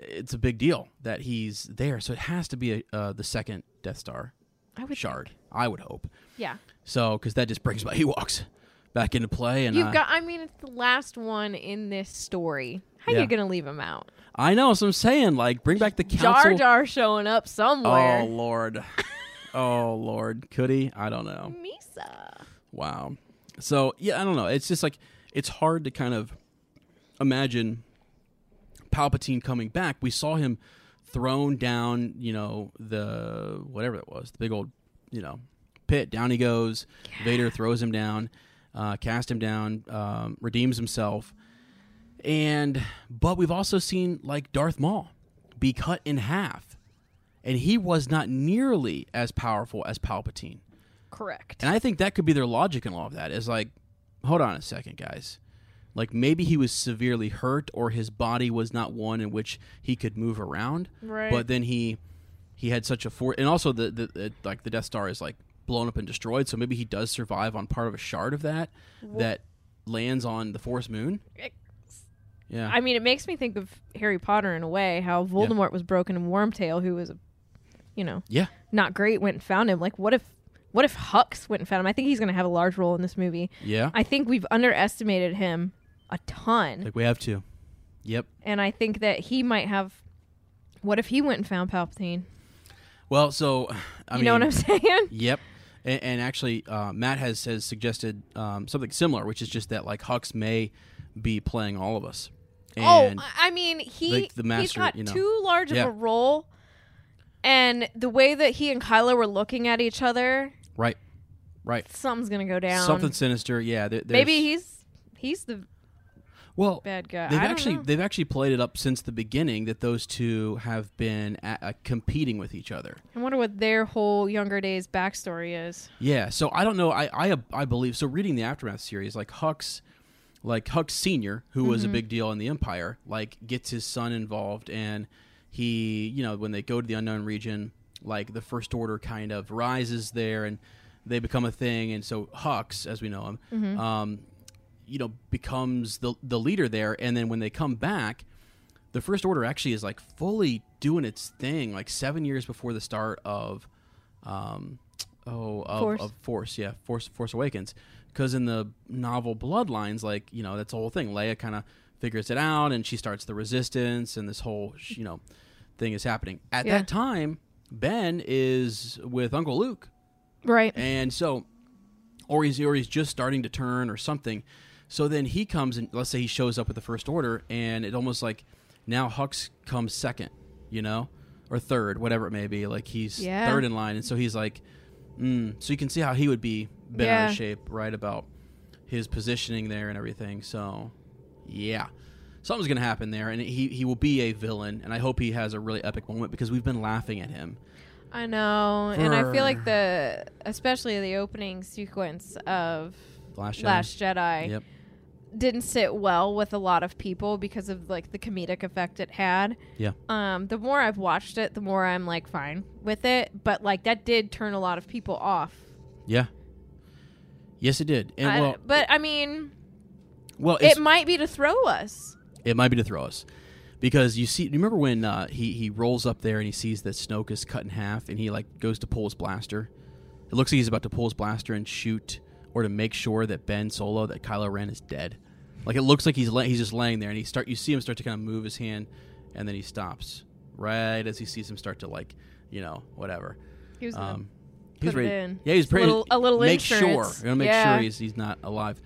it's a big deal that he's there. So it has to be a, uh, the uh, second Death Star I would shard. think. I would hope. Yeah. So, because that just brings my Ewoks back into play, and You've uh, got. I mean, it's the last one in this story. How Yeah. you gonna leave him out? I know. So I'm saying, like, bring back the Jar council. Jar showing up somewhere. Oh Lord, oh Lord, could he? I don't know. Misa. Wow. So yeah, I don't know. It's just like it's hard to kind of imagine Palpatine coming back. We saw him thrown down, you know, the whatever it was, the big old, you know, pit. Down he goes. Vader throws him down, uh, cast him down, um, redeems himself. And but we've also seen like Darth Maul be cut in half. And he was not nearly as powerful as Palpatine. Correct. And I think that could be their logic in all of that is like, hold on a second, guys. Like maybe he was severely hurt or his body was not one in which he could move around. Right. But then he he had such a force and also the, the, the like the Death Star is like blown up and destroyed, so maybe he does survive on part of a shard of that that lands on the Force Moon. Yeah. I mean, it makes me think of Harry Potter in a way. How Voldemort was broken and Wormtail, who was, a, you know, yeah. not great, went and found him. Like, what if, what if Hux went and found him? I think he's gonna have a large role in this movie. Yeah. I think we've underestimated him a ton, like we have to. Yep. and I think that he might have. What if he went and found Palpatine? Well, so I you mean know what I'm saying? Yep. And, and actually, uh, Matt has has suggested um, something similar, which is just that like Hux may be playing all of us. And oh, I I mean, he like the he's master, got you know. too large Yeah. of a role, and the way that he and Kylo were looking at each other, right, right, something's gonna go down. something sinister. Yeah, there, there's- Maybe he's he's the well bad guy. They've I don't actually know. they've actually played it up since the beginning that those two have been a uh, competing with each other. I wonder what their whole younger days backstory is. Yeah, so I don't know. I I, I believe so. Reading the aftermath series, like Hux, like Hux Senior, who was a big deal in the Empire, like gets his son involved, and he, you know, when they go to the unknown region, like the First Order kind of rises there, and they become a thing, and so Hux, as we know him, um, you know, becomes the the leader there, and then when they come back, the first order actually is like fully doing its thing like seven years before the start of um oh of Force. force, of force yeah force force awakens because in the novel bloodlines like you know that's the whole thing leia kind of figures it out and she starts the resistance and this whole sh- you know thing is happening at Yeah. that time ben is with uncle luke Right. and so, or he's, or he's just starting to turn or something. So then he comes and let's say he shows up with the first order, and it almost like now Hux comes second, you know, or third, whatever it may be. Like he's Yeah. third in line, and so he's like, mm. so you can see how he would be bent out Yeah. of shape, right? About his positioning there and everything. So, yeah. Something's gonna happen there, and he, he will be a villain, and I hope he has a really epic moment because we've been laughing at him. I know, and I feel like Brr. the especially the opening sequence of Last Jedi. Last Jedi Yep. didn't sit well with a lot of people because of like the comedic effect it had. Yeah. Um, the more I've watched it, the more I'm like fine with it, but like that did turn a lot of people off. Yeah. Yes, it did. And I- well, but I mean, well, it's, it might be to throw us. it might be to throw us because you see. You remember when uh, he he rolls up there and he sees that Snoke is cut in half, and he like goes to pull his blaster. It looks like he's about to pull his blaster and shoot, or to make sure that Ben Solo, that Kylo Ren, is dead. Like it looks like he's la- he's just laying there, and he start. You see him start to kind of move his hand, and then he stops right as he sees him start to like, you know, whatever. He was Um, put he's it ready. in. Yeah, he's It's a ready. little- a little make insurance. sure. Gonna make Yeah. sure he's he's not alive.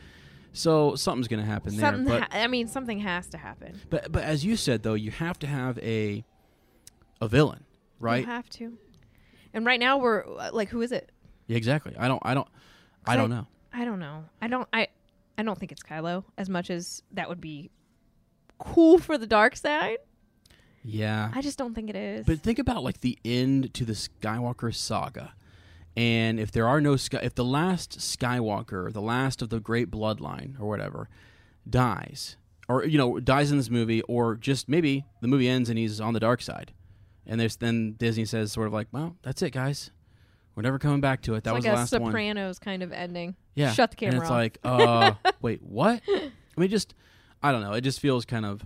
So something's gonna happen something. there. But, ha- I mean, something has to happen. but but as you said though, you have to have a a villain, right? You have to. And right now we're uh, like, who is it? yeah, exactly. I don't I don't I don't I- know. I don't know. I don't. I. I don't think it's Kylo as much as that would be cool for the dark side. Yeah. I just don't think it is. But think about like the end to the Skywalker saga. And if there are no Sky, if the last Skywalker, the last of the great bloodline or whatever, dies, or you know dies in this movie, or just maybe the movie ends and he's on the dark side, and there's then Disney says sort of like, well, that's it, guys, we're never coming back to it. That it's was like the a last one. Sopranos kind of ending. Yeah. Shut the camera And off. it's like, uh, wait, what? I mean, just, I don't know. It just feels kind of,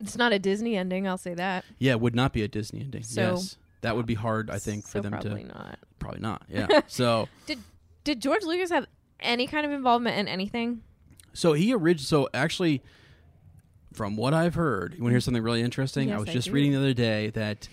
it's not a Disney ending. I'll say that. yeah, it would not be a Disney ending. So- yes. That would be hard, I think, for So them probably to not. probably not. Yeah. so Did did George Lucas have any kind of involvement in anything? So he orig- so actually, from what I've heard, you want to hear something really interesting? I Yes, was I just do. reading the other day that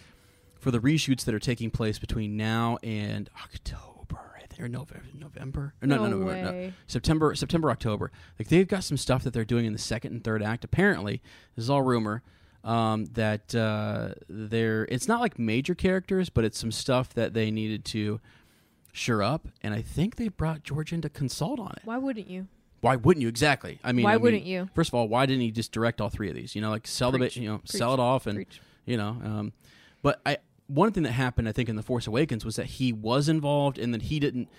for the reshoots that are taking place between now and October, I think, or November, November, or no, no, No November, no, way. September, September, October. Like they've got some stuff that they're doing in the second and third act. Apparently, this is all rumor. Um, that uh, they're it's not like major characters, but it's some stuff that they needed to sure up, and I think they brought George in to consult on it Why wouldn't you? why wouldn't you exactly i mean Why I mean, wouldn't you? first of all why didn't he just direct all three of these you know like sell Preach. the you know Preach. sell it off and Preach. you know um, but i one thing that happened i think in the force awakens was that he was involved and that he didn't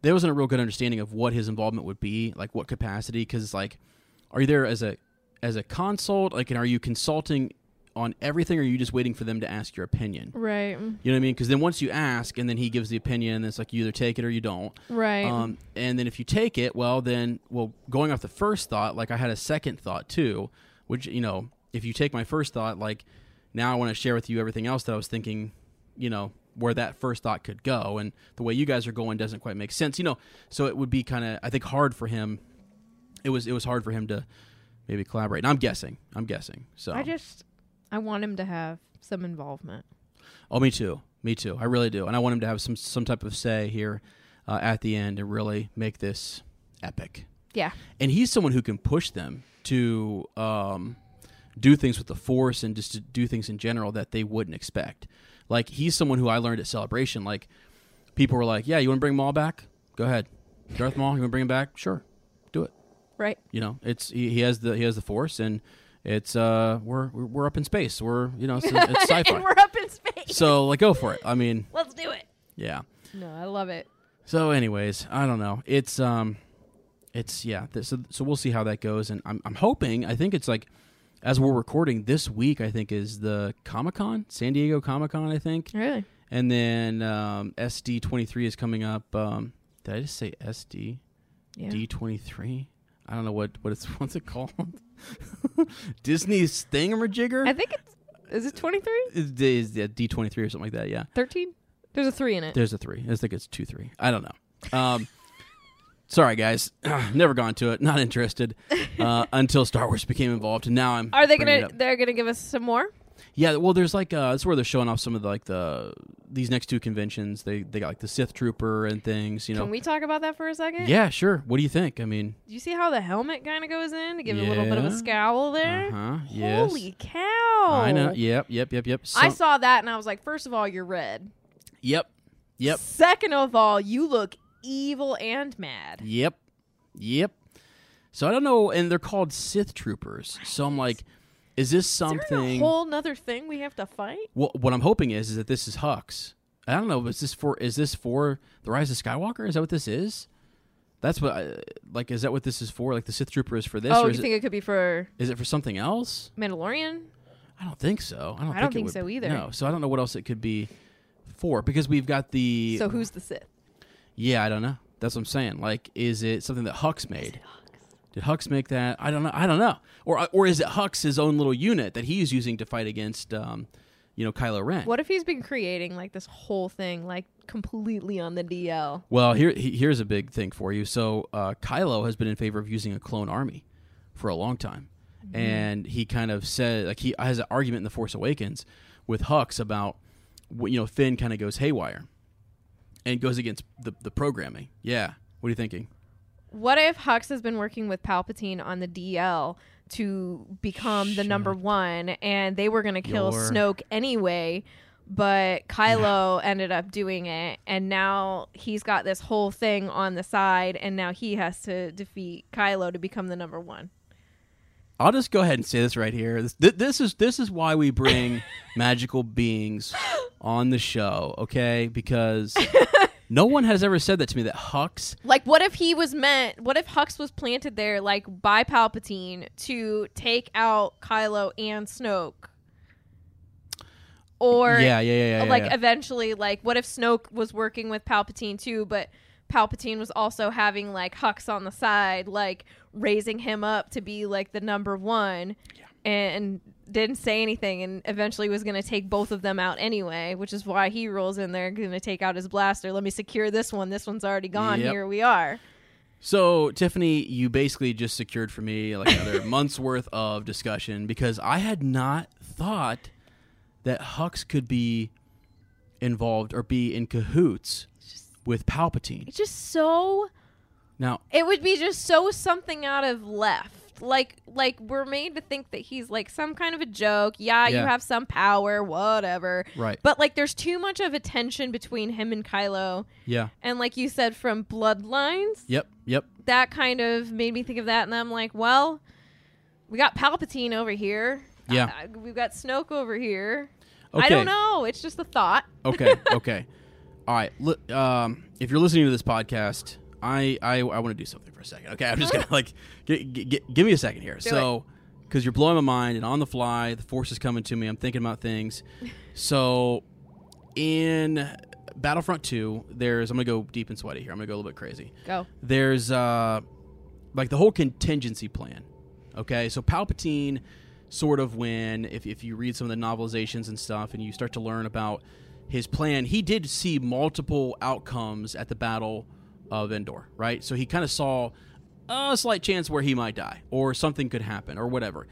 there wasn't a real good understanding of what his involvement would be like what capacity because like are you there as a as a consult like and are you consulting on everything or are you just waiting for them to ask your opinion Right. you know what i mean because then once you ask and then he gives the opinion it's like you either take it or you don't Right. um, and then if you take it, well, then, well, going off the first thought, like I had a second thought too, which, you know, if you take my first thought, like now I want to share with you everything else that I was thinking, you know, where that first thought could go. And the way you guys are going doesn't quite make sense, you know. So it would be kind of, I think, hard for him. It was, it was hard for him to maybe collaborate. And I'm guessing. I'm guessing. So, I just I want him to have some involvement. oh, me too. Me too. I really do. And I want him to have some, some type of say here uh, at the end and really make this epic. Yeah. and he's someone who can push them to um, do things with the force and just to do things in general that they wouldn't expect. Like he's someone who I learned at Celebration. Like people were like, "Yeah, you want to bring Maul back? Go ahead, Darth Maul. You want to bring him back? Sure, do it." Right. You know, it's he, he has the he has the force, and it's uh we're we're, we're up in space. We're you know it's, it's sci-fi. And we're up in space. so like go for it. I mean, Let's do it. yeah. No, I love it. So, anyways, I don't know. It's um, it's yeah. Th- so so we'll see how that goes, and I'm I'm hoping. I think it's like as we're recording this week. I think is the Comic Con, San Diego Comic Con. I think, Really? and then um, SD twenty three is coming up. Um, did I just say SD Yeah. D twenty three? I don't know what what it's what's it called. Disney's thingamajigger I think it's is it 23? is is D twenty three or something like that. Yeah. 13? There's a 3 in it. There's a three. I think it's two three. I don't know. Um, sorry guys, never gone to it. Not interested uh, until Star Wars became involved, and now I'm. Are they going bringing to it up. they're going to give us some more? Yeah. Well, there's like uh, that's where they're showing off some of the, like the these next two conventions. They they got like the Sith Trooper and things. You know. Can we talk about that for a second? yeah. Sure. What do you think? I mean. Do you see how the helmet kind of goes in to give it a little bit of a Yeah. scowl there? Uh huh. Yes. Holy cow. I know. Yep. Yep. Yep. Yep. I Some- saw that and I was like, first of all, you're red. Yep. Yep. Second of all, you look evil and mad. Yep. Yep. So I don't know, and they're called Sith Troopers. So I'm like, is this something? Is there a whole nother thing we have to fight? what what I'm hoping is is that this is Hux. I don't know. Is this for is this for the Rise of Skywalker? Is that what this is? That's what I, like is that what this is for? Like the Sith Trooper is for this, oh, or you is think it, it could be for is it for something else? Mandalorian? I don't think so. I don't. I don't think, it think so would- either. No. So I don't know what else it could be for because we've got the. So who's the Sith? yeah, I don't know. That's what I'm saying. Like, is it something that Hux made? Did Hux make that? I don't know. I don't know. Or or is it Hux's own little unit that he's using to fight against, um, you know, Kylo Ren? What if he's been creating like this whole thing, like completely on the DL? Well, here he- here's a big thing for you. So uh, Kylo has been in favor of using a clone army for a long time, and he kind of said like he has an argument in the Force Awakens with Hux about wh- you know Finn kind of goes haywire and goes against the the programming. Yeah, what are you thinking? What if Hux has been working with Palpatine on the DL to become the number one, and they were going to kill your- Snoke anyway, but Kylo ended up doing it, and now he's got this whole thing on the side, and now he has to defeat Kylo to become the number one. I'll just go ahead and say this right here. This, th- this is this is why we bring magical beings on the show, okay? Because no one has ever said that to me that Hux Like, what if he was meant? What if Hux was planted there, like by Palpatine, to take out Kylo and Snoke? Or Yeah, yeah, yeah, yeah, yeah, like yeah. eventually, like what if Snoke was working with Palpatine too, but Palpatine was also having like Hux on the side, like raising him up to be like the number one, and didn't say anything and eventually was going to take both of them out anyway, which is why he rolls in there going to take out his blaster. Let me secure this one. This one's already gone. Yep. Here we are. So, Tiffany, you basically just secured for me like another month's worth of discussion because I had not thought that Hux could be involved or be in cahoots with Palpatine. It's just so Now, it would be just so something out of left. Like like we're made to think that he's like some kind of a joke. Yeah, you Yeah. have some power, whatever. Right. But like there's too much of a tension between him and Kylo. yeah. And like you said from bloodlines, Yep, yep. that kind of made me think of that and I'm like, well, we got Palpatine over here. Yeah. I- I- we've got Snoke over here. Okay. I don't know. It's just a thought. okay okay all right li- um, if you're listening to this podcast i i, I want to do something for a second okay i'm just gonna like g- g- g- give me a second here so because you're blowing my mind and on the fly the force is coming to me i'm thinking about things so in battlefront 2 there's i'm gonna go deep and sweaty here i'm gonna go a little bit crazy Go. there's uh like the whole contingency plan okay so palpatine sort of when if, if you read some of the novelizations and stuff and you start to learn about his plan he did see multiple outcomes at the battle of endor right so he kind of saw a slight chance where he might die or something could happen or whatever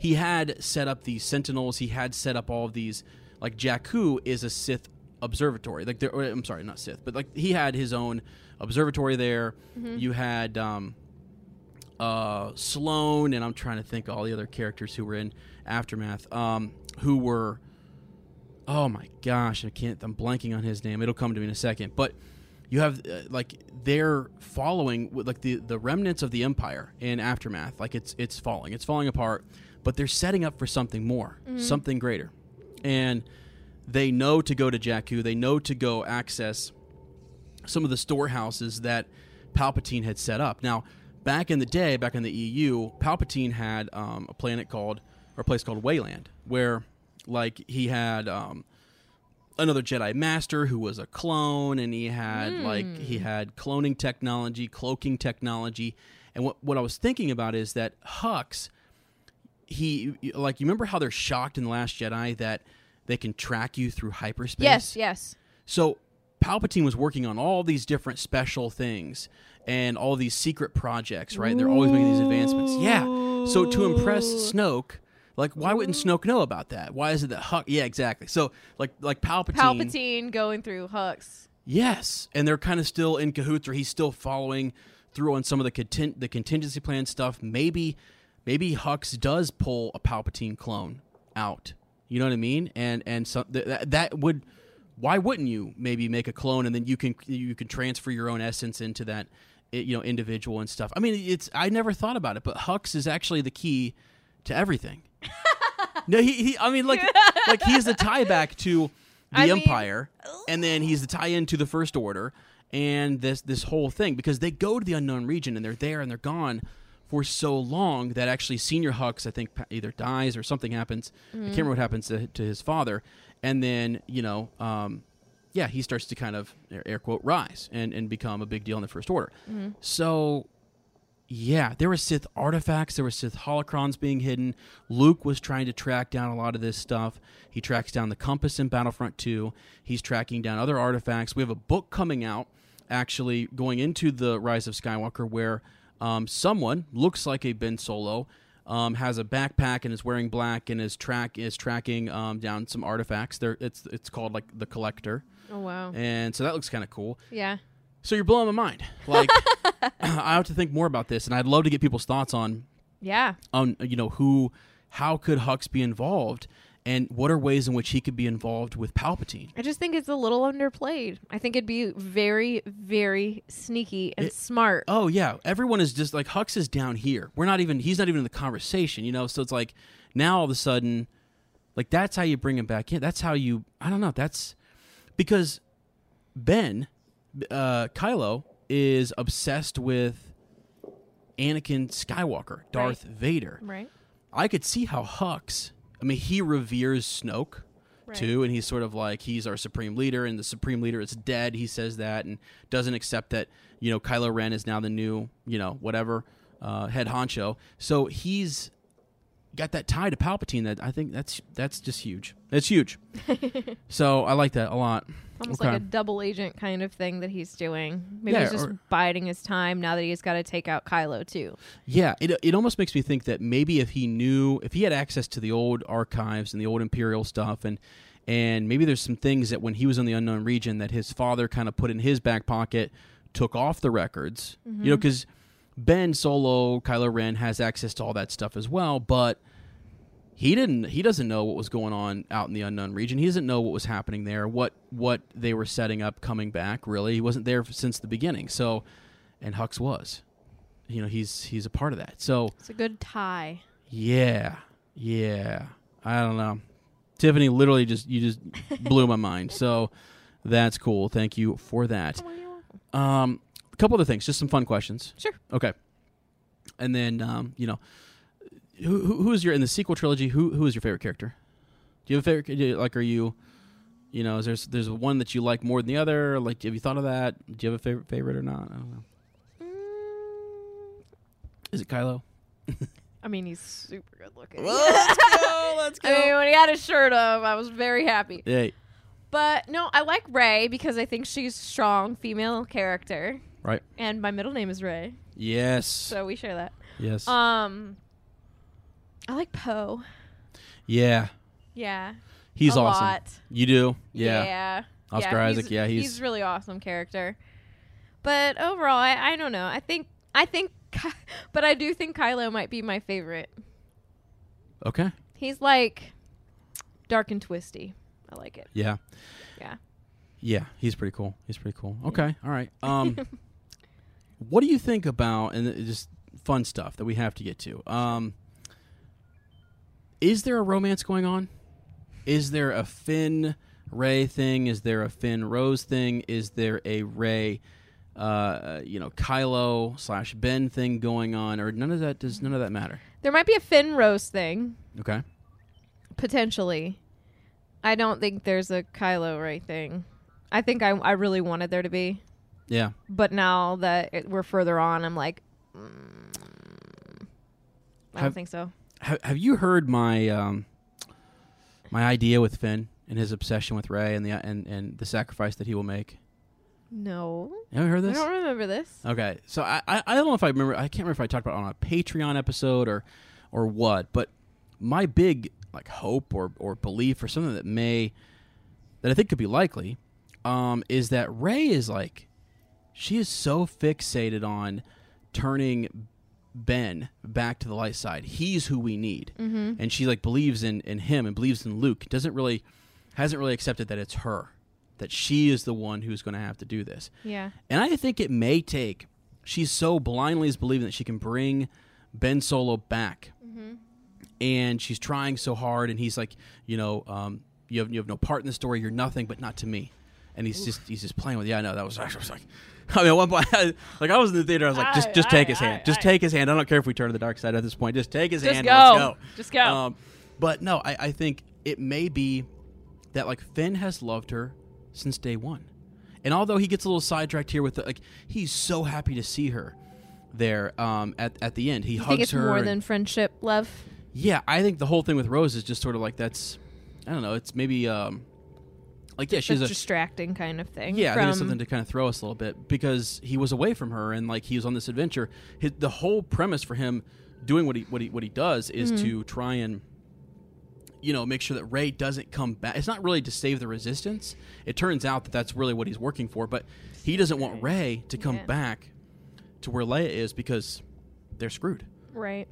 he had set up these sentinels he had set up all of these like Jakku is a Sith observatory like there or, I'm sorry not Sith but like he had his own observatory there you had um uh Sloane and I'm trying to think of all the other characters who were in aftermath um who were oh my gosh I can't I'm blanking on his name it'll come to me in a second but you have uh, like they're following with, like the the remnants of the empire in aftermath like it's it's falling it's falling apart but they're setting up for something more something greater and they know to go to jakku they know to go access some of the storehouses that palpatine had set up now back in the day back in the eu palpatine had um, a planet called or a place called wayland where like he had um, another Jedi Master who was a clone, and he had like he had cloning technology, cloaking technology, and what what I was thinking about is that Hux, he like you remember how they're shocked in the Last Jedi that they can track you through hyperspace. Yes, yes. So Palpatine was working on all these different special things and all these secret projects, right? They're always making these advancements. Yeah. So to impress Snoke, like why wouldn't Snoke know about that? Why is it that Huck? Yeah, exactly. So like like Palpatine. Palpatine going through Hux. Yes, and they're kind of still in cahoots, or he's still following through on some of the content, the contingency plan stuff. Maybe, maybe Hux does pull a Palpatine clone out. You know what I mean? And and so th- that that would why wouldn't you maybe make a clone and then you can you can transfer your own essence into that i- you know individual and stuff. I mean, it's I never thought about it, but Hux is actually the key to everything. no, he, he I mean like like he's the tie back to the I mean- empire and then he's the tie-in to the First Order, and this this whole thing because they go to the unknown region and they're there and they're gone for so long that actually Senior Hux I think pa- either dies or something happens. I can't remember what happens to, to his father, and then you know, um, yeah, he starts to kind of air, air quote rise and and become a big deal in the First Order. Mm-hmm. So. Yeah, there were Sith artifacts, there were Sith holocrons being hidden. Luke was trying to track down a lot of this stuff. He tracks down the compass in Battlefront 2. He's tracking down other artifacts. We have a book coming out, actually, going into the Rise of Skywalker, where um, someone looks like a Ben Solo, um, has a backpack and is wearing black and is track is tracking um, down some artifacts. There, it's it's called like the Collector, Oh wow. and so that looks kind of cool. Yeah. So you're blowing my mind. Like I have to think more about this, and I'd love to get people's thoughts on Yeah. on you know who, how could Hux be involved, and what are ways in which he could be involved with Palpatine? I just think it's a little underplayed. I think it'd be very, very sneaky and It- smart. Oh yeah, everyone is just like Hux is down here. We're not even. He's not even in the conversation, you know. So it's like now all of a sudden, like that's how you bring him back in. That's how you. I don't know. That's because Ben, uh, Kylo is obsessed with Anakin Skywalker, Darth Vader. Right. I could see how Hux. I mean, he reveres Snoke too, and he's sort of like he's our supreme leader, and the supreme leader is dead. He says that and doesn't accept that you know Kylo Ren is now the new you know whatever uh, head honcho. So he's got that tie to Palpatine. That I think that's that's just huge. That's huge. so I like that a lot. Almost Okay. like a double agent kind of thing that he's doing. Maybe Yeah, he's just or- biding his time now that he's got to take out Kylo too. Yeah, it, it almost makes me think that maybe if he knew, if he had access to the old archives and the old Imperial stuff, and and maybe there's some things that when he was in the unknown region that his father kind of put in his back pocket, took off the records, you know, because Ben Solo, Kylo Ren has access to all that stuff as well, but he didn't he doesn't know what was going on out in the unknown region he doesn't know what was happening there what what they were setting up coming back really he wasn't there since the beginning so and hux was you know he's he's a part of that so It's a good tie. yeah yeah i don't know tiffany literally just you just blew my mind so that's cool thank you for that um a couple other things just some fun questions Sure. okay and then um you know who who, who is your in the sequel trilogy who who is your favorite character do you have a favorite do you- like are you you know, is there's there's one that you like more than the other? Like, have you thought of that? Do you have a favorite favorite or not? I don't know. Is it Kylo? I mean, he's super good looking. let's go. Let's I mean, when he had his shirt up, I was very happy. Hey, But no, I like Ray because I think she's strong female character, right? and my middle name is Ray, Yes. so we share that. yes. Um, I like Poe. yeah. Yeah, He's a awesome. lot. You do. Yeah. yeah. Oscar Yeah, Isaac, yeah, he's- he's really awesome character. But overall, I, I don't know. I think I think, Ky- but I do think Kylo might be my favorite. Okay. He's like dark and twisty. I like it. Yeah. Yeah. Yeah. He's pretty cool. He's pretty cool. Okay. All right. Um, what do you think about and th- just fun stuff that we have to get to? Um, is there a romance going on? Is there a Finn Ray thing? Is there a Finn Rose thing? Is there a Ray, uh, you know, Kylo slash Ben thing going on? Or none of that? Does none of that matter? There might be a Finn Rose thing Okay. potentially. I don't think there's a Kylo Ray thing. I think I I really wanted there to be, Yeah. but now that it, we're further on, I'm like, mm, I don't Have- think so. have, have you heard my um, my idea with Finn and his obsession with Ray and the and, and the sacrifice that he will make? No, You haven't heard I this? don't remember this. Okay, so I, I I don't know if I remember. I can't remember if I talked about it on a Patreon episode or or what. But my big like hope or or belief or something that may that I think could be likely um, is that Ray is like she is so fixated on turning Ben back to the light side. He's who we need, mm-hmm. and she like believes in in him and believes in Luke. Doesn't really hasn't really accepted that it's her that she is the one who's going to have to do this. Yeah. And I think it may take. She's so blindly is believing that she can bring Ben Solo back, and she's trying so hard. And he's like, you know, um, you have you have no part in the story. You're nothing, but not to me. And he's just he's just playing with. Yeah, I know that was. I was like, I mean, at one point, I, like I was in the theater. I was like, just just take his hand. just take his hand. I don't care if we turn to the dark side at this point. Just take his hand. and Let's go. Just go. Um, but no, I, I think it may be that like Finn has loved her since day one, and although he gets a little sidetracked here with the, like he's so happy to see her there um, at at the end. He you hugs think it's her. more and- than friendship, love? yeah, I think the whole thing with Rose is just sort of like that's I don't know. It's maybe um, like yeah, she's a a distracting kind of thing. yeah, I think from it's something to kind of throw us a little bit because he was away from her and like he was on this adventure. His, the whole premise for him doing what he what he what he does is Mm-hmm. to try and you know make sure that Ray doesn't come back. It's not really to save the resistance. It turns out that that's really what he's working for, but he doesn't want Ray to come Yeah. back to where Leia is because they're screwed. right.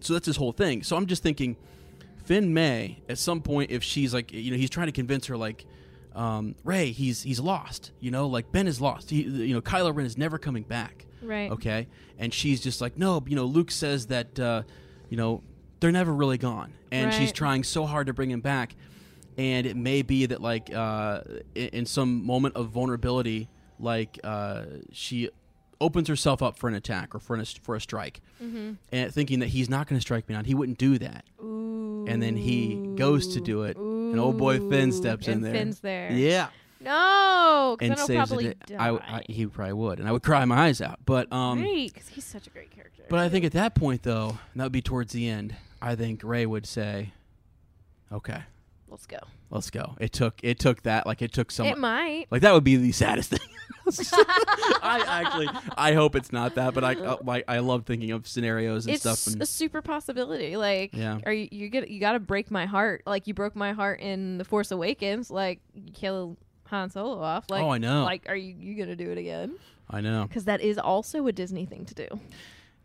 So that's his whole thing. So I'm just thinking, Finn May at some point, if she's like, you know, he's trying to convince her like, um, Ray, he's he's lost. You know, like Ben is lost. He, you know, Kylo Ren is never coming back. Right. Okay. And she's just like, no, you know, Luke says that, uh, you know, they're never really gone, and she's Right. trying so hard to bring him back. And it may be that like uh, i- in some moment of vulnerability, like uh, she opens herself up for an attack or for an, for a strike, Mm-hmm. and thinking that he's not going to strike me down. He wouldn't do that. And then he goes to do it, and old boy Finn steps in and there. Finn's there. Yeah. No, because and then I'll saves probably the day, die. I, w- I- he probably would, and I would cry my eyes out. But um, Right, 'cause he's such a great character. But I think at that point, though, and that would be towards the end. I think Ray would say, "Okay, let's go. let's go." It took it took that like it took some it might. like that would be the saddest thing. I actually I hope it's not that, but I uh, like I love thinking of scenarios and It's stuff. And, a super possibility. Like, Yeah. are you you get you got to break my heart? Like you broke my heart in the Force Awakens. Like you kill Han Solo off. Like Oh, I know. Like, are you you gonna do it again? I know. Because that is also a Disney thing to do.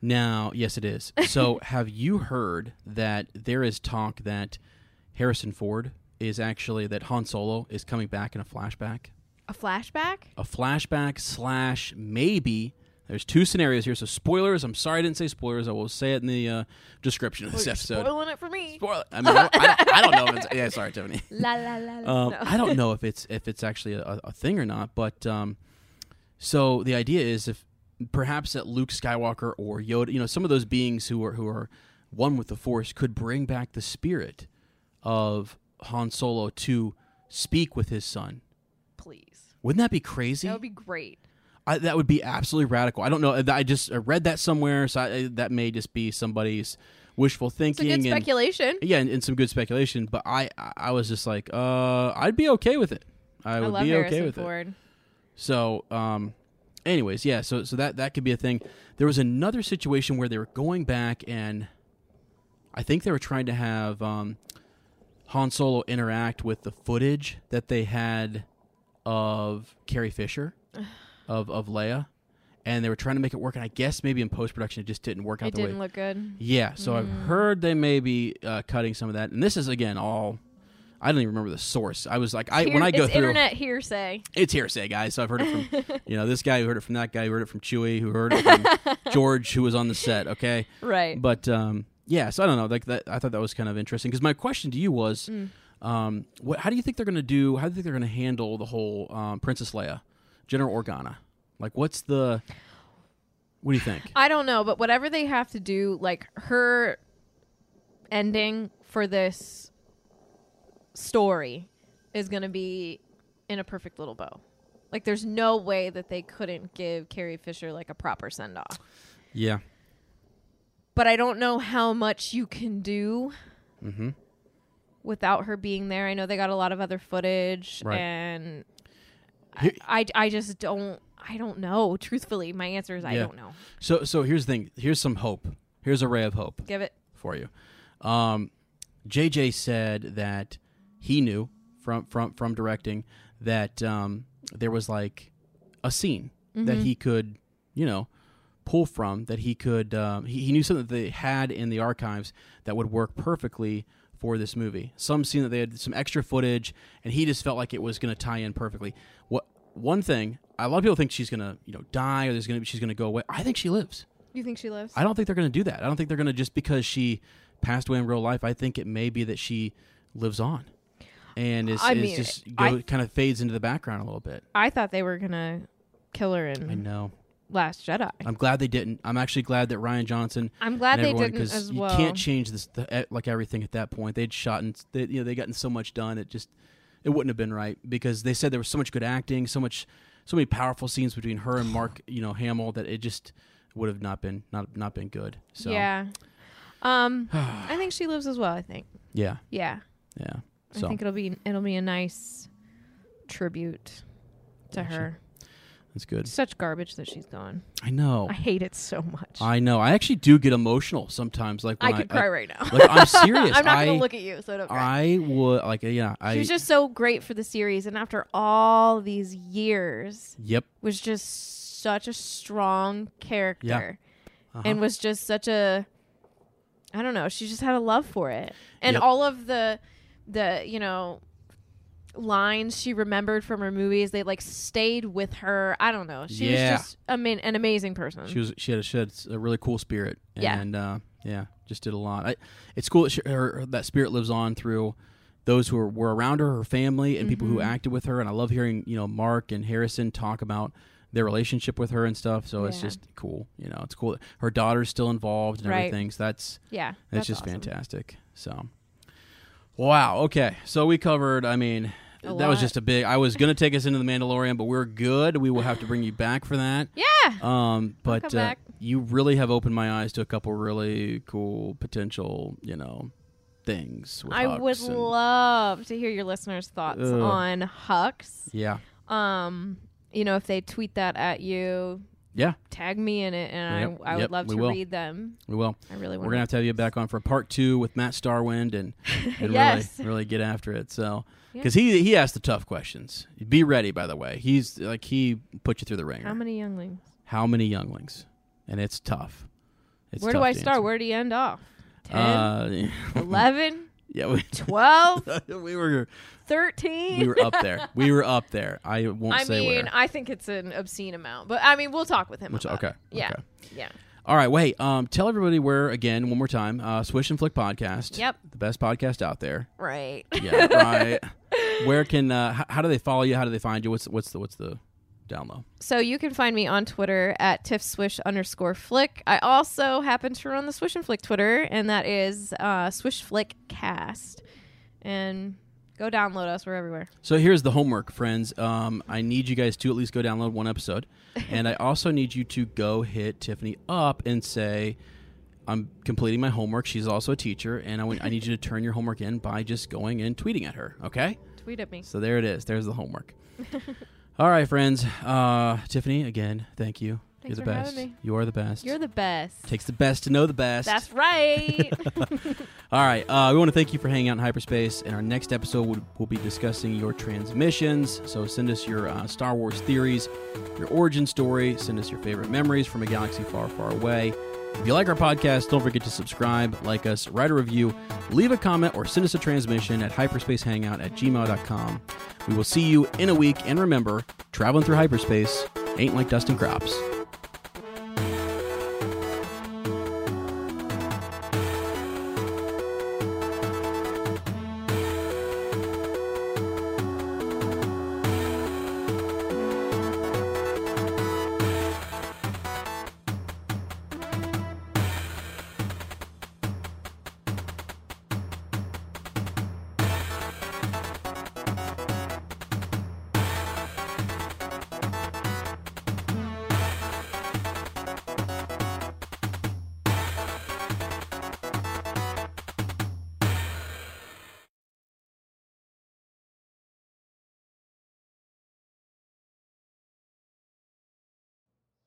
Now, yes, it is. So, have you heard that there is talk that Harrison Ford is actually that Han Solo is coming back in a flashback? A flashback. a flashback slash maybe there's two scenarios here so spoilers i'm sorry i didn't say spoilers i will say it in the uh, description of this episode Spoiling it for me. Spoil- i mean I don't, I don't- I don't know if it's yeah sorry tiffany la la la. la. um, i don't know if it's if it's actually a, a thing or not but um, so the idea is if perhaps that luke skywalker or yoda you know some of those beings who are who are one with the force could bring back the spirit of han solo to speak with his son Please, wouldn't that be crazy that would be great. I, that would be absolutely radical. I don't know. I just I read that somewhere, so I, that may just be somebody's wishful It's thinking. a good and- speculation. yeah, and, and some good speculation. But I, I was just like, uh, I'd be okay with it. I I, would love be Harrison okay with it. Ford. So, um, anyways, yeah. So, so that that could be a thing. There was another situation where they were going back, and I think they were trying to have um, Han Solo interact with the footage that they had of Carrie Fisher, of of Leia, and they were trying to make it work. And I guess maybe in post production it just didn't work out It the didn't way. look Mm. good. Yeah, so I've heard they may be uh, cutting some of that, and this is again all. I don't even remember the source. I was like, I when Here- I go it's through, internet hearsay. it's hearsay, guys. So I've heard it from you know this guy who heard it from that guy who heard it from Chewy who heard it from George who was on the set. Okay, Right. but um, yeah. So I don't know. Like that, I thought that was kind of interesting because my question to you was, um, what? How do you think they're going to do? How do you think they're going to handle the whole um, Princess Leia, General Organa? Like, what's the? What do you think? I don't know, but whatever they have to do, like her ending for this story is going to be in a perfect little bow. Like, there's no way that they couldn't give Carrie Fisher like a proper send off. yeah. But I don't know how much you can do Mm-hmm. without her being there. I know they got a lot of other footage, Right. and Here- I, I, I just don't. I don't know. Truthfully, my answer is I Yeah. don't know. So so here's the thing. Here's some hope. Here's a ray of hope Give it. for you. Um, JJ said that he knew from from from directing that um, there was like a scene that he could you know pull from that he could um, he, he knew something that they had in the archives that would work perfectly for this movie some scene that they had some extra footage and he just felt like it was going to tie in perfectly what one thing a lot of people think she's going to you know die or there's going to she's going to go away i think she lives You think she lives? I don't think they're going to do that. I don't think they're going to just because she passed away in real life. I think it may be that she lives on, and is, I is mean, just go, I- kind of fades into the background a little bit. I thought they were gonna kill her I in know. Last Jedi. I'm glad they didn't. I'm actually glad that Ryan Johnson. I'm glad and they everyone, didn't 'cause as you well. can't change this the, eh, like everything at that point. They'd shot and they, you know they gotten so much done. It just it wouldn't have been right because they said there was so much good acting, so much so many powerful scenes between her and Mark, you know, Hamill that it just would have not been not not been good. So Yeah. Um, I think she lives as well. I think. yeah, Yeah, yeah. I think it'll be it'll be a nice tribute to Gotcha. her. That's good. Such garbage that she's gone. I know. I hate it so much. I, Oh. I know. I actually do get emotional sometimes. Like when I, could cry right now. Like I'm serious. I'm not I, gonna look at you, so don't cry. I would like uh, yeah. I she was just so great for the series, and after all these years, yep. was just such a strong character Uh-huh. and was just such a I don't know, she just had a love for it. And Yep. all of the the, you know, lines she remembered from her movies, they like stayed with her. I don't know. She Yeah. was just I mean an amazing person. She was she had a, she had a really cool spirit. Yeah. And uh, yeah, just did a lot. I, it's cool that she, her, her- that spirit lives on through those who are, were around her, her family, and people Mm-hmm. who acted with her. And I love hearing you know Mark and Harrison talk about their relationship with her and stuff. So it's Yeah. just cool. You know, it's cool. that Her daughter's still involved and Right. everything. So that's yeah. That's, just awesome. fantastic. So, wow. Okay, so we covered. I mean, A that was lot. just a big. I was gonna take us into the Mandalorian, but we're good. We will have to bring you back for that. Yeah. Um, but come back. Uh, you really have opened my eyes to a couple really cool potential, you know, things. With I Hux would and- love to hear your listeners' thoughts Ugh. on Hux. Yeah, Um, you know, if they tweet that at you, yeah, tag me in it, and Yep, I, I would yep, love we to will. read them. we will. I really We're want. gonna have to have you back on for part two with Matt Starwind and, and Yes. really really get after it. So Yeah. because he he asked the tough questions. Be ready, by the way. He's like he put you through the ringer. How many younglings? How many younglings? And it's tough. It's Where do tough I to start? answer. Where do you end off? 10, Uh, 11, yeah, we, 12, we were 13? we were up there. We were up there. I won't I say mean, where. I think it's an obscene amount, but I mean, we'll talk with him. Which- about okay, it. Yeah. okay. Yeah. All right, wait. Um, tell everybody where again one more time. Uh, Swish and Flick podcast. Yep. the best podcast out there. Right. Yeah, right. Where can uh, h- how do they follow you? How do they find you? What's what's the what's the down low? So you can find me on Twitter at tiffswish underscore flick. I also happen to run the Swish and Flick Twitter, and that is uh, Swish Flick Cast. And go download us. We're everywhere. So here's the homework, friends. Um, I need you guys to at least go download one episode, and I also need you to go hit Tiffany up and say, "I'm completing my homework." She's also a teacher, and I want- I need you to turn your homework in by just going and tweeting at her. Okay. Tweet at me. So there it is. There's the homework. All right, friends. Uh, Tiffany, again, thank you. You're Thanks the for best. having me. You are the best. You're the best. Takes the best to know the best. That's right. All right. Uh, we want to thank you for hanging out in hyperspace. And our next episode, we'll, we'll be discussing your transmissions. So send us your uh, Star Wars theories, your origin story. Send us your favorite memories from a galaxy far, far away. If you like our podcast, don't forget to subscribe, like us, write a review, leave a comment, or send us a transmission at hyperspacehangout at gmail.com. We will see you in a week. And remember, traveling through hyperspace ain't like dusting crops.